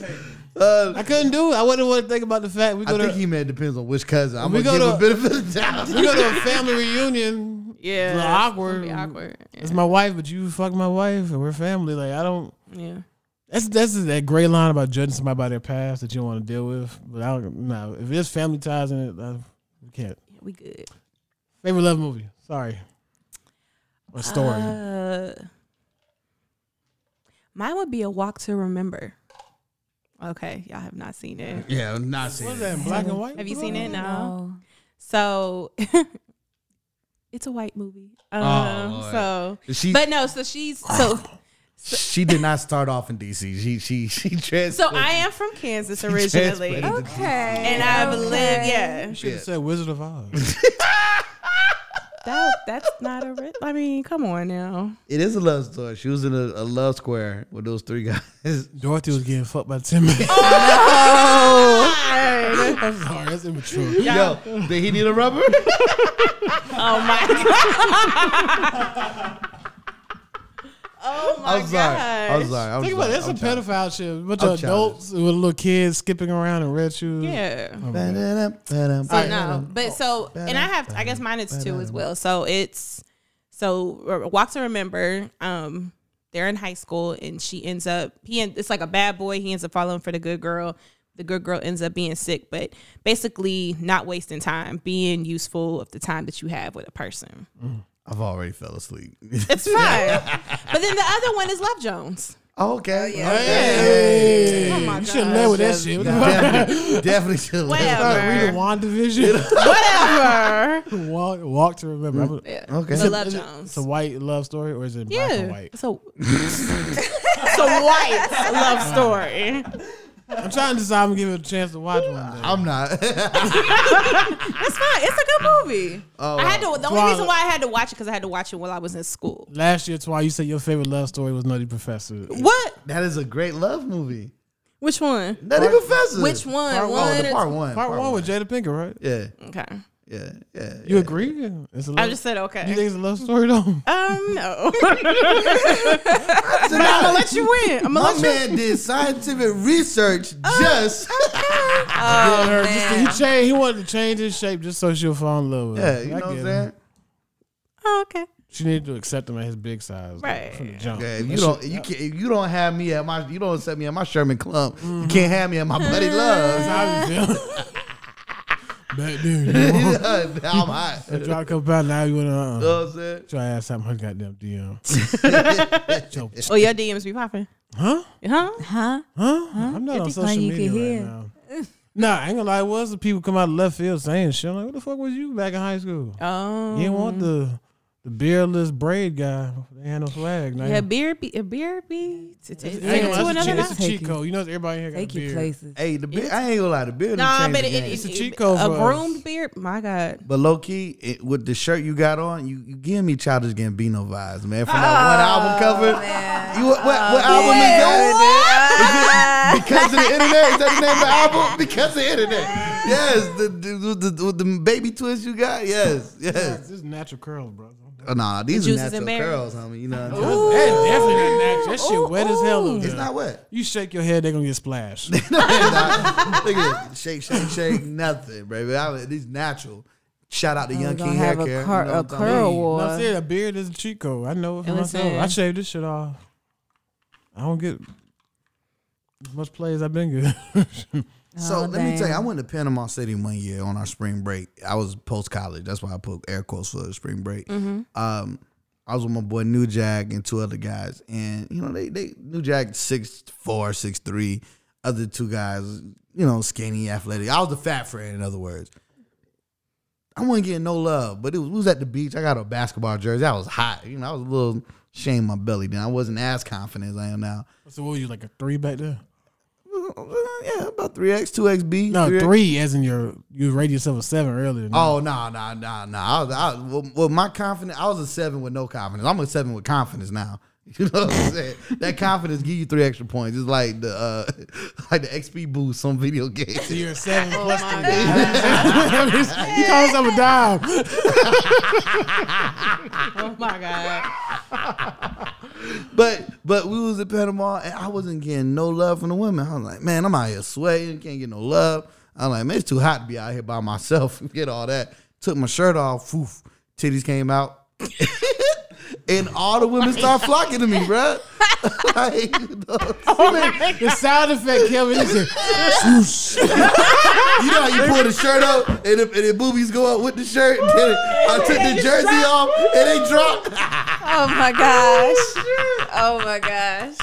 Speaker 5: I couldn't do it. I wouldn't want to think about the fact we
Speaker 1: uh, I
Speaker 5: go to
Speaker 1: think he meant depends on which cousin. I'm
Speaker 5: We
Speaker 1: gonna give
Speaker 5: go
Speaker 1: a bit of the doubt.
Speaker 5: we go to a family reunion.
Speaker 3: Yeah,
Speaker 5: It's a little awkward.
Speaker 3: It's gonna be awkward.
Speaker 5: It's my wife, but you fuck my wife, and we're family. Like I don't.
Speaker 3: Yeah.
Speaker 5: That's that's that gray line about judging somebody by their past that you don't want to deal with. But I don't no, if it's family ties in it, I, we can't.
Speaker 3: yeah, we good.
Speaker 5: Favorite love movie? Sorry, or story?
Speaker 3: Uh, mine would be a walk to remember. Okay, y'all have not seen it.
Speaker 1: Yeah, I'm not saying.
Speaker 5: that in black and white?
Speaker 3: Have you seen it? No.
Speaker 2: No.
Speaker 3: So it's a white movie. Um,
Speaker 1: Lord.
Speaker 3: so,
Speaker 1: She
Speaker 3: but no. So she's so
Speaker 1: she did not start off in DC. She she she trans.
Speaker 3: so I am from Kansas
Speaker 1: transplanted
Speaker 3: originally,
Speaker 1: to
Speaker 2: Okay.
Speaker 3: and I've lived. Yeah,
Speaker 5: Should have said Wizard of Oz.
Speaker 3: that that's not a. Ri- I mean, come on now.
Speaker 1: It is a love story. She was in a, a love square with those three guys.
Speaker 5: Dorothy was getting fucked by Tim. I'm
Speaker 3: Oh,
Speaker 5: sorry, that's immature.
Speaker 1: Yo, did he need a rubber?
Speaker 3: Oh my god. oh my
Speaker 1: I'm sorry. I'm
Speaker 3: gosh.
Speaker 1: sorry. I'm
Speaker 5: Think about
Speaker 1: sorry.
Speaker 5: it. That's
Speaker 1: I'm
Speaker 5: a
Speaker 1: sorry.
Speaker 5: pedophile shit. A bunch
Speaker 1: I'm
Speaker 5: of adults with little kids skipping around in red shoes.
Speaker 3: Yeah.
Speaker 1: Ba-da-dum, ba-dum.
Speaker 3: So no, but so and I have I guess mine is two as well. So it's so R- walk to remember. Um, they're in high school and she ends up he en- it's like a bad boy. He ends up falling for the good girl. The good girl ends up being sick, but basically not wasting time, being useful of the time that you have with a person.
Speaker 1: I've already fell asleep.
Speaker 3: It's fine. but then the other one is Love Jones.
Speaker 1: okay.
Speaker 5: Hey,
Speaker 3: Oh my
Speaker 5: you shouldn't live with that shit. What the fuck?
Speaker 1: Definitely, definitely should
Speaker 3: Well.
Speaker 5: All right, read the WandaVision.
Speaker 3: Whatever.
Speaker 5: walk, walk to remember. I'm a-
Speaker 1: Okay.
Speaker 3: The Love
Speaker 5: Is it-
Speaker 3: Jones.
Speaker 5: It's a white love story, or is it black and
Speaker 3: yeah.
Speaker 5: white?
Speaker 3: So it's a white love story.
Speaker 5: I'm trying to decide. I'm gonna give it a chance to watch one day.
Speaker 1: I'm not.
Speaker 3: It's fine. It's a good movie.
Speaker 5: Oh,
Speaker 3: I had to. The only
Speaker 5: Wow.
Speaker 3: reason why I had to watch it because I had to watch it while I was in school.
Speaker 5: Last year, why you said your favorite love story was Nutty Professor.
Speaker 3: What?
Speaker 1: that is a great love movie.
Speaker 3: Which one?
Speaker 1: Nutty Professor.
Speaker 3: Which one?
Speaker 1: Part
Speaker 3: One
Speaker 1: one.
Speaker 3: or-
Speaker 1: the Part one.
Speaker 5: Part one with Jada Pinkett, right?
Speaker 1: Yeah,
Speaker 3: Okay.
Speaker 1: yeah, yeah.
Speaker 5: You
Speaker 1: yeah.
Speaker 5: agree? It's a love.
Speaker 3: I just said
Speaker 5: you
Speaker 3: okay.
Speaker 5: think it's a love story though?
Speaker 3: Um, no. but I'm gonna let you win. I'm gonna
Speaker 1: My
Speaker 3: let you.
Speaker 1: man did scientific research just.
Speaker 5: Yeah, her, just, he changed. He wanted to change his shape just so she'll fall in love with.
Speaker 1: yeah,
Speaker 5: him.
Speaker 1: you
Speaker 5: I
Speaker 1: know what
Speaker 5: get
Speaker 1: I'm
Speaker 5: it.
Speaker 1: saying.
Speaker 3: Oh, okay.
Speaker 5: She needed to accept him at his big size,
Speaker 3: Right.
Speaker 5: Like, from the jump.
Speaker 1: Yeah, if
Speaker 5: That
Speaker 1: you
Speaker 5: shit-
Speaker 1: don't, you can if you don't have me at my, you don't accept me at my Sherman Club. You
Speaker 5: Mm-hmm.
Speaker 1: can't have me at my Buddy Love.
Speaker 5: That's how you feel. Back then, you know,
Speaker 1: I'm hot. You know
Speaker 5: try to come back now. You wanna uh,
Speaker 1: what I'm saying?
Speaker 5: try to ask out my goddamn DM? So,
Speaker 3: Oh, your DMs be popping,
Speaker 5: huh?
Speaker 3: huh?
Speaker 2: Huh?
Speaker 5: Huh? I'm not on
Speaker 2: Every
Speaker 5: social
Speaker 2: time you
Speaker 5: media
Speaker 2: can
Speaker 5: right
Speaker 2: hear.
Speaker 5: now. Nah, I ain't gonna lie. It was the people come out of left field saying shit. I'm like, what the fuck was you back in high school?
Speaker 3: Oh,
Speaker 5: You didn't want the the beardless braid guy. They had no swag. Now
Speaker 3: yeah.
Speaker 5: you-
Speaker 3: Beer be a beer be to, to,
Speaker 5: I ain't
Speaker 3: to
Speaker 5: gonna lie,
Speaker 3: another
Speaker 5: it's, a,
Speaker 3: life.
Speaker 5: it's a cheat
Speaker 2: Take
Speaker 5: code. You know, everybody here got
Speaker 2: Take
Speaker 5: a
Speaker 2: you
Speaker 5: beard.
Speaker 2: places.
Speaker 1: Hey, the beard, I ain't gonna lie, the beard.
Speaker 3: Nah,
Speaker 1: Nah,
Speaker 3: but it, it,
Speaker 5: It's a
Speaker 3: it-
Speaker 5: cheat
Speaker 3: a
Speaker 5: code for us.
Speaker 3: groomed beard. My God.
Speaker 1: But low key, it, with the shirt you got on, you, you give me Childish Gambino vibes, man. From
Speaker 3: Oh,
Speaker 1: that one album cover, you what, what, what album is that? Is it because of the internet? Is that the name of the album? Because of the internet. Yes, the the, the, the, the baby twist you got. Yes, yes.
Speaker 5: This is natural curls, bro.
Speaker 1: Oh, nah, these are
Speaker 3: juices and
Speaker 1: natural
Speaker 3: berries.
Speaker 1: curls, homie. You know, what I'm saying?
Speaker 5: That definitely not natural. That shit wet as hell. over
Speaker 1: it's
Speaker 5: there.
Speaker 1: not wet.
Speaker 5: You shake your head, they're gonna get splashed.
Speaker 1: No, it's not. Look at it. shake, shake, shake, nothing, baby. I, these natural. Shout out to
Speaker 2: We're
Speaker 1: Young
Speaker 2: Oh, gonna
Speaker 1: King Hair
Speaker 2: have a
Speaker 1: Care.
Speaker 2: cur-
Speaker 1: You know what
Speaker 2: a
Speaker 1: I'm talking
Speaker 2: curl
Speaker 1: about?
Speaker 5: No, I'm
Speaker 2: war.
Speaker 5: saying a beard is a cheat code. I know it for
Speaker 3: And
Speaker 5: myself.
Speaker 3: listen.
Speaker 5: I shaved this shit off. I don't get as much play as I've been getting.
Speaker 1: So
Speaker 2: Oh,
Speaker 1: let me tell you, I
Speaker 2: damn.
Speaker 1: went to Panama City one year on our spring break. I was post college. That's why I put air quotes for spring break. Um, I was with my boy New Jack and two other guys, and you know they they New Jack six four six three, other two guys you know skinny athletic. I was the fat friend, in other words. I wasn't getting no love, but it was, we was at the beach. I got a basketball jersey. I was hot. You know, I was a little shame my belly then. I wasn't as confident as I am now.
Speaker 5: so what were you like a three back there?
Speaker 1: Uh, Yeah, about three x two x b.
Speaker 5: No, three as in your you rated yourself a seven earlier.
Speaker 1: Oh no no no no! I was, I was, well, well, my confidence. I was a seven with no confidence. I'm a seven with confidence now. You know what I'm saying? that confidence give you three extra points. It's like the uh, like the XP boost on video games.
Speaker 5: So you're a seven plus three. he calls himself a dime.
Speaker 3: Oh my God.
Speaker 1: But but we was in Panama and I wasn't getting no love from the women. I was like, man, I'm out here sweating, can't get no love. I'm like, man, it's too hot to be out here by myself. Get all that. Took my shirt off, poof, titties came out. and all the women start flocking to me, bruh. like, you know,
Speaker 5: the sound effect, Kevin. Is
Speaker 1: You know how you pull the shirt up and the, and the boobies go up with the shirt. And then I took the jersey off and they dropped.
Speaker 2: Oh my gosh. Oh my gosh.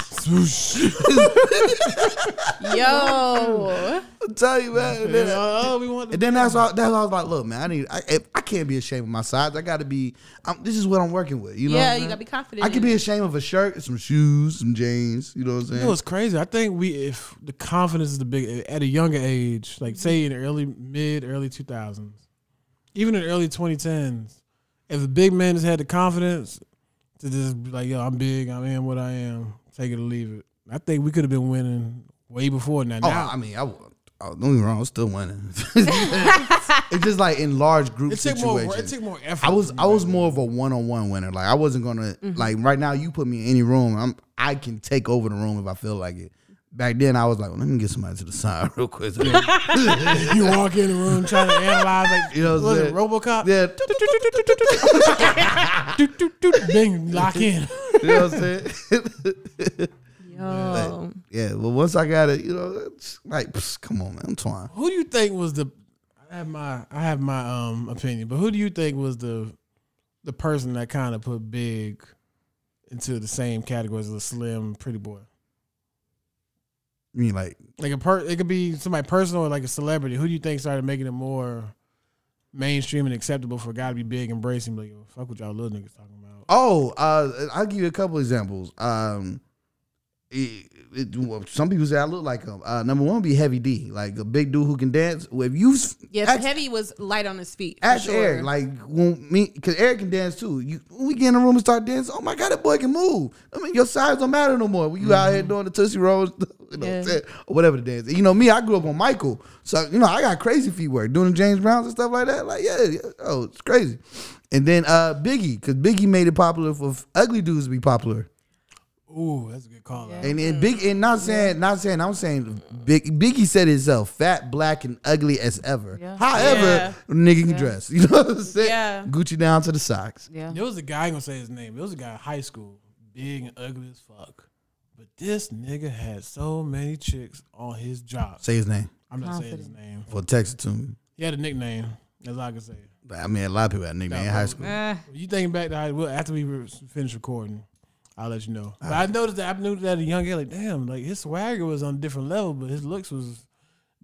Speaker 2: Yo.
Speaker 1: I'm telling you, man. And then,
Speaker 5: oh, we want the
Speaker 1: and then that's why that's why I was like, look, man, I need I, if- I can't be ashamed of my size. I got to be. I'm, this is what I'm working with. You know,
Speaker 3: yeah, you gotta be confident.
Speaker 1: I could
Speaker 3: in
Speaker 1: be
Speaker 3: it.
Speaker 1: ashamed of a shirt, some shoes, some jeans. You know what I'm saying?
Speaker 5: You know what's crazy? I think we, if the confidence is the big at a younger age, like say in the early mid early two thousands, even in the early twenty tens, if a big man has had the confidence to just be like, yo, I'm big, I am what I am, take it or leave it. I think we could have been winning way before now.
Speaker 1: Oh,
Speaker 5: now
Speaker 1: I mean, I, w- oh, don't get me wrong, I'm still winning. it's just like in large group
Speaker 5: it took more. It
Speaker 1: situations.
Speaker 5: took more effort.
Speaker 1: I was I was more of a one on one winner. Like I wasn't gonna
Speaker 3: Mm-hmm.
Speaker 1: like right now. You put me in any room, I'm I can take over the room if I feel like it. Back then, I was like, well, let me get somebody to the side real quick. you know what
Speaker 5: you walk in the room trying to analyze like
Speaker 1: You know what I'm
Speaker 5: was it
Speaker 1: saying? Yeah.
Speaker 5: RoboCop? Bing, lock in.
Speaker 1: I'm saying?
Speaker 3: Yo.
Speaker 1: yeah, but once I got it, you know, it's like, psh, come on, man, I'm twine.
Speaker 5: Who do you think was the? I have my I have my um opinion, but who do you think was the the person that kind of put big into the same categories as a slim pretty boy?
Speaker 1: I mean, like,
Speaker 5: Like a per, it could be somebody personal or like a celebrity. Who do you think started making it more mainstream and acceptable for a guy to be big, and bracing? Like, yo, fuck what y'all little niggas talking about.
Speaker 1: oh, uh, I'll give you a couple examples. Um, it, it, well, some people say I look like him. Uh, number one would be Heavy D, like a big dude who can dance. Well, If you s-
Speaker 3: Yes,
Speaker 1: ask-
Speaker 3: heavy was light on his feet. for
Speaker 1: Ask
Speaker 3: sure.
Speaker 1: Eric, like when me, cause Eric can dance too. You when we get in the room and start dancing. Oh my god, that boy can move. I mean, your size don't matter no more. When you out here doing the tootsie rolls, you know, what I'm
Speaker 3: Mm-hmm. Yeah.
Speaker 1: saying, or whatever the dance. You know me, I grew up on Michael, so you know I got crazy feet work doing the James Browns and stuff like that. Like yeah, yeah oh it's crazy. And then uh Biggie, cause Biggie made it popular for f- ugly dudes to be popular.
Speaker 5: Ooh, that's a good call. out.
Speaker 1: And,
Speaker 3: Mm.
Speaker 1: and big and not saying not saying I'm saying big Biggie said himself fat black and ugly as ever. However,
Speaker 3: Yeah.
Speaker 1: nigga can dress. You know what I'm saying?
Speaker 3: Yeah.
Speaker 1: Gucci down to the socks.
Speaker 2: Yeah.
Speaker 5: There was a guy I ain't gonna say his name. There was a guy in high school, big and ugly as fuck. But this nigga had so many chicks on his job.
Speaker 1: Say his name
Speaker 5: I'm not saying his name.
Speaker 1: or text it to me.
Speaker 5: He had a nickname. That's all I can say.
Speaker 1: But, I mean, a lot of people had a nickname in high school.
Speaker 3: Eh.
Speaker 5: You think back to high well, after we were finished recording, I'll let you know. But
Speaker 1: Ah.
Speaker 5: I noticed that I knew that at a young age, like damn, like his swagger was on a different level, but his looks was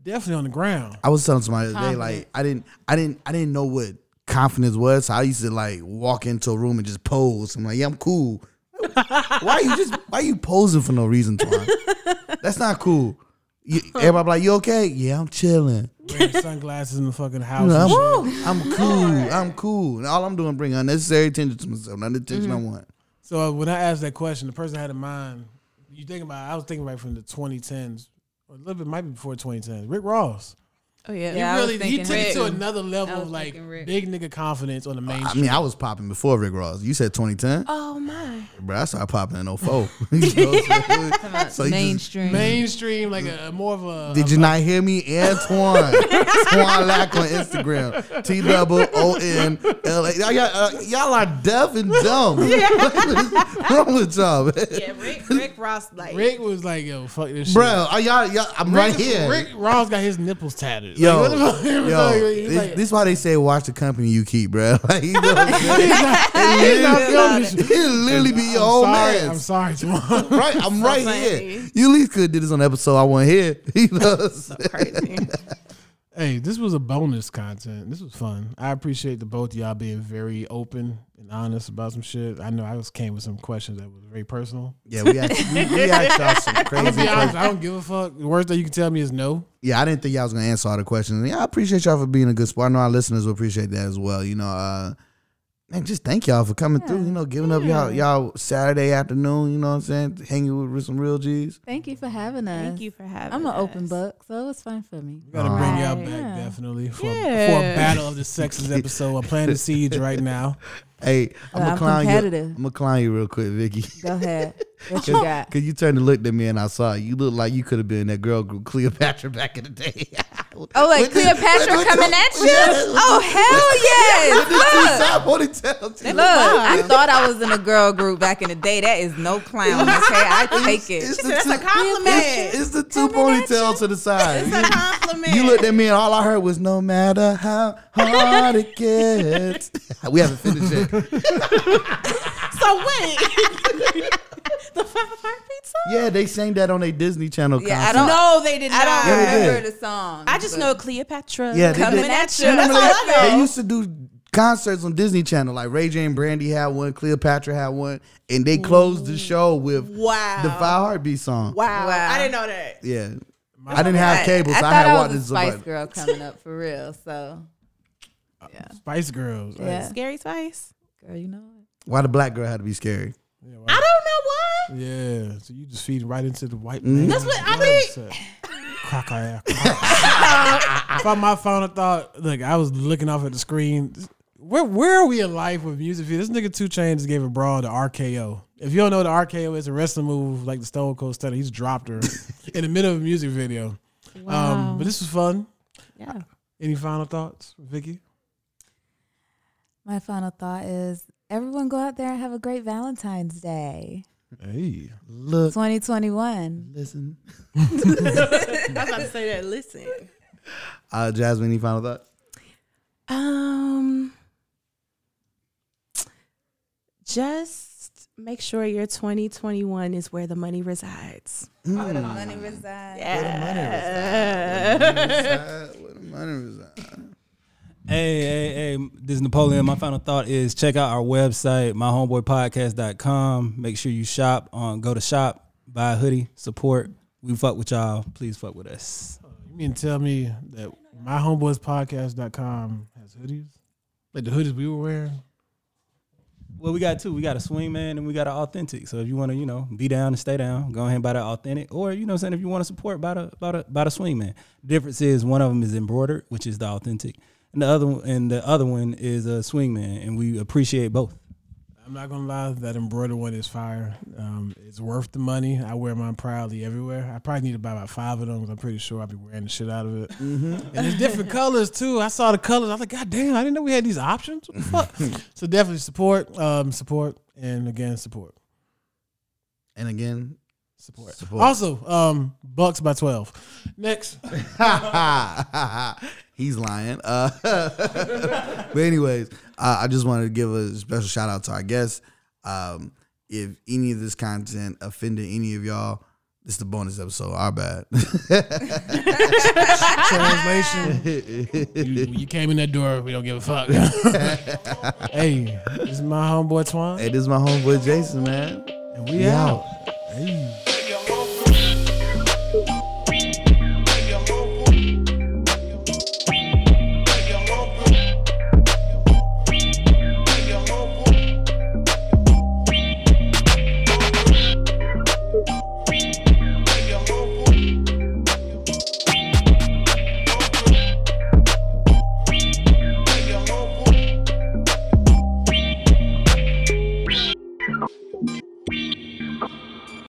Speaker 5: definitely on the ground.
Speaker 1: I was telling somebody the other day, like I didn't, I didn't, I didn't know what confidence was. So I used to like walk into a room and just pose. I'm like, yeah, I'm cool. why you just, why you posing for no reason, Twan? That's not cool. You, everybody like, you okay? Yeah, I'm chilling.
Speaker 5: Wearing sunglasses in the fucking
Speaker 1: You
Speaker 5: house.
Speaker 1: know,
Speaker 5: and shit.
Speaker 1: I'm, I'm cool. I'm cool. And all I'm doing bring unnecessary attention to myself, not the attention I want.
Speaker 5: So uh, when I asked that question, the person I had in mind, you think about, I was thinking right from the 2010s, or a little bit might be before 2010s. Rick Ross,
Speaker 3: Oh yeah.
Speaker 2: Yeah. I
Speaker 5: he
Speaker 2: was
Speaker 5: really he
Speaker 2: thinking
Speaker 5: took it
Speaker 2: Rick.
Speaker 5: to another level of
Speaker 2: was
Speaker 5: like
Speaker 2: thinking Rick.
Speaker 5: big nigga confidence on the main.
Speaker 1: I mean, I was popping before Rick Ross. You said 2010,
Speaker 3: Oh my.
Speaker 1: bro. I started popping in 04. You know what I'm saying? So you just-
Speaker 2: Mainstream.
Speaker 5: mainstream, like a, a more of a.
Speaker 1: Did you not hear me, Antoine? Antoine Lack on Instagram. T double O N L A. Y'all, y'all, uh, y'all are deaf and dumb. What's wrong with y'all, man?
Speaker 3: Yeah, Rick Rick Ross like
Speaker 5: Rick was like, yo, fuck this shit.
Speaker 1: Bro, are y'all, y'all, I'm right here.
Speaker 5: Rick Ross got his nipples tatted.
Speaker 1: Yo,
Speaker 5: Like, what the fuck?
Speaker 1: yo,
Speaker 5: He's
Speaker 1: this,
Speaker 5: like-
Speaker 1: this why they say watch the company you keep, bro. Like, you know what I'm saying?
Speaker 5: he's not filming this shit.
Speaker 1: It'll literally be your
Speaker 5: I'm
Speaker 1: old
Speaker 5: sorry,
Speaker 1: man.
Speaker 5: I'm sorry, Jamal.
Speaker 1: Right, I'm right here.
Speaker 3: funny.
Speaker 1: You at least could have did this on the episode I want here. You know what I'm saying?
Speaker 3: crazy.
Speaker 5: Hey, this was a bonus content. This was fun. I appreciate the both of y'all being very open and honest about some shit. I know I was came with some questions that was very personal.
Speaker 1: Yeah, we asked, we, we asked y'all some
Speaker 5: I'm gonna
Speaker 1: crazy
Speaker 5: be honest, I don't give a fuck. The worst that you can tell me is no.
Speaker 1: yeah, I didn't think y'all was gonna answer all the questions. Yeah, I appreciate y'all for being a good sport. I know our listeners will appreciate that as well. You know, uh, man, just thank y'all for coming through. You know, giving up y'all y'all Saturday afternoon. You know what I'm saying? Hanging with some real G's.
Speaker 2: Thank you for having us.
Speaker 3: Thank you for having
Speaker 2: I'm an open
Speaker 3: us.
Speaker 2: book, so it was fun for me.
Speaker 5: Gotta bring y'all back
Speaker 2: Yeah.
Speaker 5: definitely for, for a
Speaker 3: Yeah.
Speaker 5: battle of the sexes episode. I'm playing the siege right now.
Speaker 1: Hey, I'm
Speaker 2: I'm
Speaker 1: gonna clown you.
Speaker 2: competitive.
Speaker 1: I'm gonna clown you real quick, Vicky.
Speaker 2: Go ahead. What you
Speaker 1: Cause,
Speaker 2: got?
Speaker 1: 'cause you turned and looked at me and I saw you. You look like you could have been that girl group Cleopatra back in the day.
Speaker 2: Oh, like
Speaker 1: With the-
Speaker 2: Cleopatra
Speaker 1: with the-
Speaker 2: coming at you?
Speaker 1: Yeah, with
Speaker 2: oh, hell
Speaker 1: the
Speaker 2: yes. Look.
Speaker 1: two-side ponytails.
Speaker 2: Look, I thought I was in a girl group back in the day. That is no clown, okay? I take it.
Speaker 1: It's the
Speaker 3: That's a
Speaker 1: two-
Speaker 3: compliment.
Speaker 1: It's, it's the two ponytails to the side.
Speaker 3: It's a compliment.
Speaker 1: You looked at me and all I heard was no matter how hard it gets. we haven't finished it.
Speaker 3: so wait. the five heartbeat song?
Speaker 1: Yeah, they sang that on their Disney Channel
Speaker 2: Yeah, I
Speaker 1: concert.
Speaker 2: don't-
Speaker 3: No, they did
Speaker 2: I
Speaker 3: not.
Speaker 2: don't
Speaker 1: Yeah, they
Speaker 2: remember the song.
Speaker 3: I just
Speaker 2: but-
Speaker 3: know Cleopatra
Speaker 1: Yeah, they
Speaker 3: coming
Speaker 1: did.
Speaker 3: at you.
Speaker 1: You
Speaker 3: That's
Speaker 1: remember
Speaker 3: all
Speaker 1: that?
Speaker 3: I
Speaker 1: They
Speaker 3: know.
Speaker 1: used to do concerts on Disney Channel. Like Ray J and Brandy had one, Cleopatra had one, and they closed the show with
Speaker 3: Wow.
Speaker 1: the Five Heartbeat song.
Speaker 3: wow.
Speaker 2: Wow.
Speaker 3: I didn't know that.
Speaker 1: Yeah. I didn't have cable, so I,
Speaker 2: thought
Speaker 1: had
Speaker 2: I
Speaker 1: watched
Speaker 2: was a
Speaker 1: this.
Speaker 2: Spice
Speaker 1: about-
Speaker 2: Girl coming up for real. So,
Speaker 5: Spice Girls. like,
Speaker 2: yeah.
Speaker 3: Scary Spice.
Speaker 2: Girl, you know it.
Speaker 1: Why the black girl had to be scary?
Speaker 5: yeah,
Speaker 3: I
Speaker 5: why-
Speaker 3: don't know why.
Speaker 5: yeah. So you just feed right into the white man.
Speaker 3: Mm. That's what I mean.
Speaker 5: Crack eye. But my final thought, look, I was looking off at the screen. Where where are we in life with music? This nigga Two Chains gave a brawl to RKO. If you don't know what the RKO is, a wrestling move like the Stone Cold Stunner. He's dropped her in the middle of a music video. Um, but this was fun.
Speaker 2: Yeah.
Speaker 5: Any final thoughts, Vicky?
Speaker 2: My final thought is everyone go out there and have a great Valentine's Day
Speaker 5: Hey,
Speaker 1: Look,
Speaker 2: 2021.
Speaker 1: listen.
Speaker 3: I was about to say that. Listen.
Speaker 1: Uh, Jasmine, any final thoughts?
Speaker 3: Um, just make sure your 2021 is where the money resides.
Speaker 2: Money resides.
Speaker 4: Hey, hey, hey, this is Napoleon. My final thought is check out our website, myhomeboypodcast.com. Make sure you shop on go to shop, buy a hoodie, support. We fuck with y'all. Please fuck with us.
Speaker 5: you mean to tell me that myhomeboyspodcast.com has hoodies? Like the hoodies we were wearing?
Speaker 4: Well, we got two. We got a swing man and we got an authentic. So if you want to, you know, be down and stay down, go ahead and buy that authentic. Or, you know what I'm saying, if you want to support, buy the buy the buy the swing man. difference is one of them is embroidered, which is the authentic. And the other one and the other one is a swing man. And we appreciate both.
Speaker 5: I'm not gonna lie, that embroidered one is fire. Um, it's worth the money. I wear mine proudly everywhere. I probably need to buy about five of them 'cause I'm pretty sure I'll be wearing the shit out of it. And it's different colors too. I saw the colors. I was like, God damn, I didn't know we had these options. What the fuck? so definitely support, um, support, and again support,
Speaker 1: And again,
Speaker 5: support.
Speaker 1: support.
Speaker 5: Also, um, bucks by twelve. Next,
Speaker 1: He's lying. Uh, but anyways, uh, I just wanted to give a special shout out to our guests. Um, if any of this content offended any of y'all, this is the bonus episode. Our bad.
Speaker 5: translation. you, you came in that door. We don't give a fuck. hey, this is my homeboy Twan,
Speaker 1: hey, this is my homeboy Jason, man.
Speaker 5: and we,
Speaker 1: we
Speaker 5: out.
Speaker 1: out.
Speaker 5: Hey.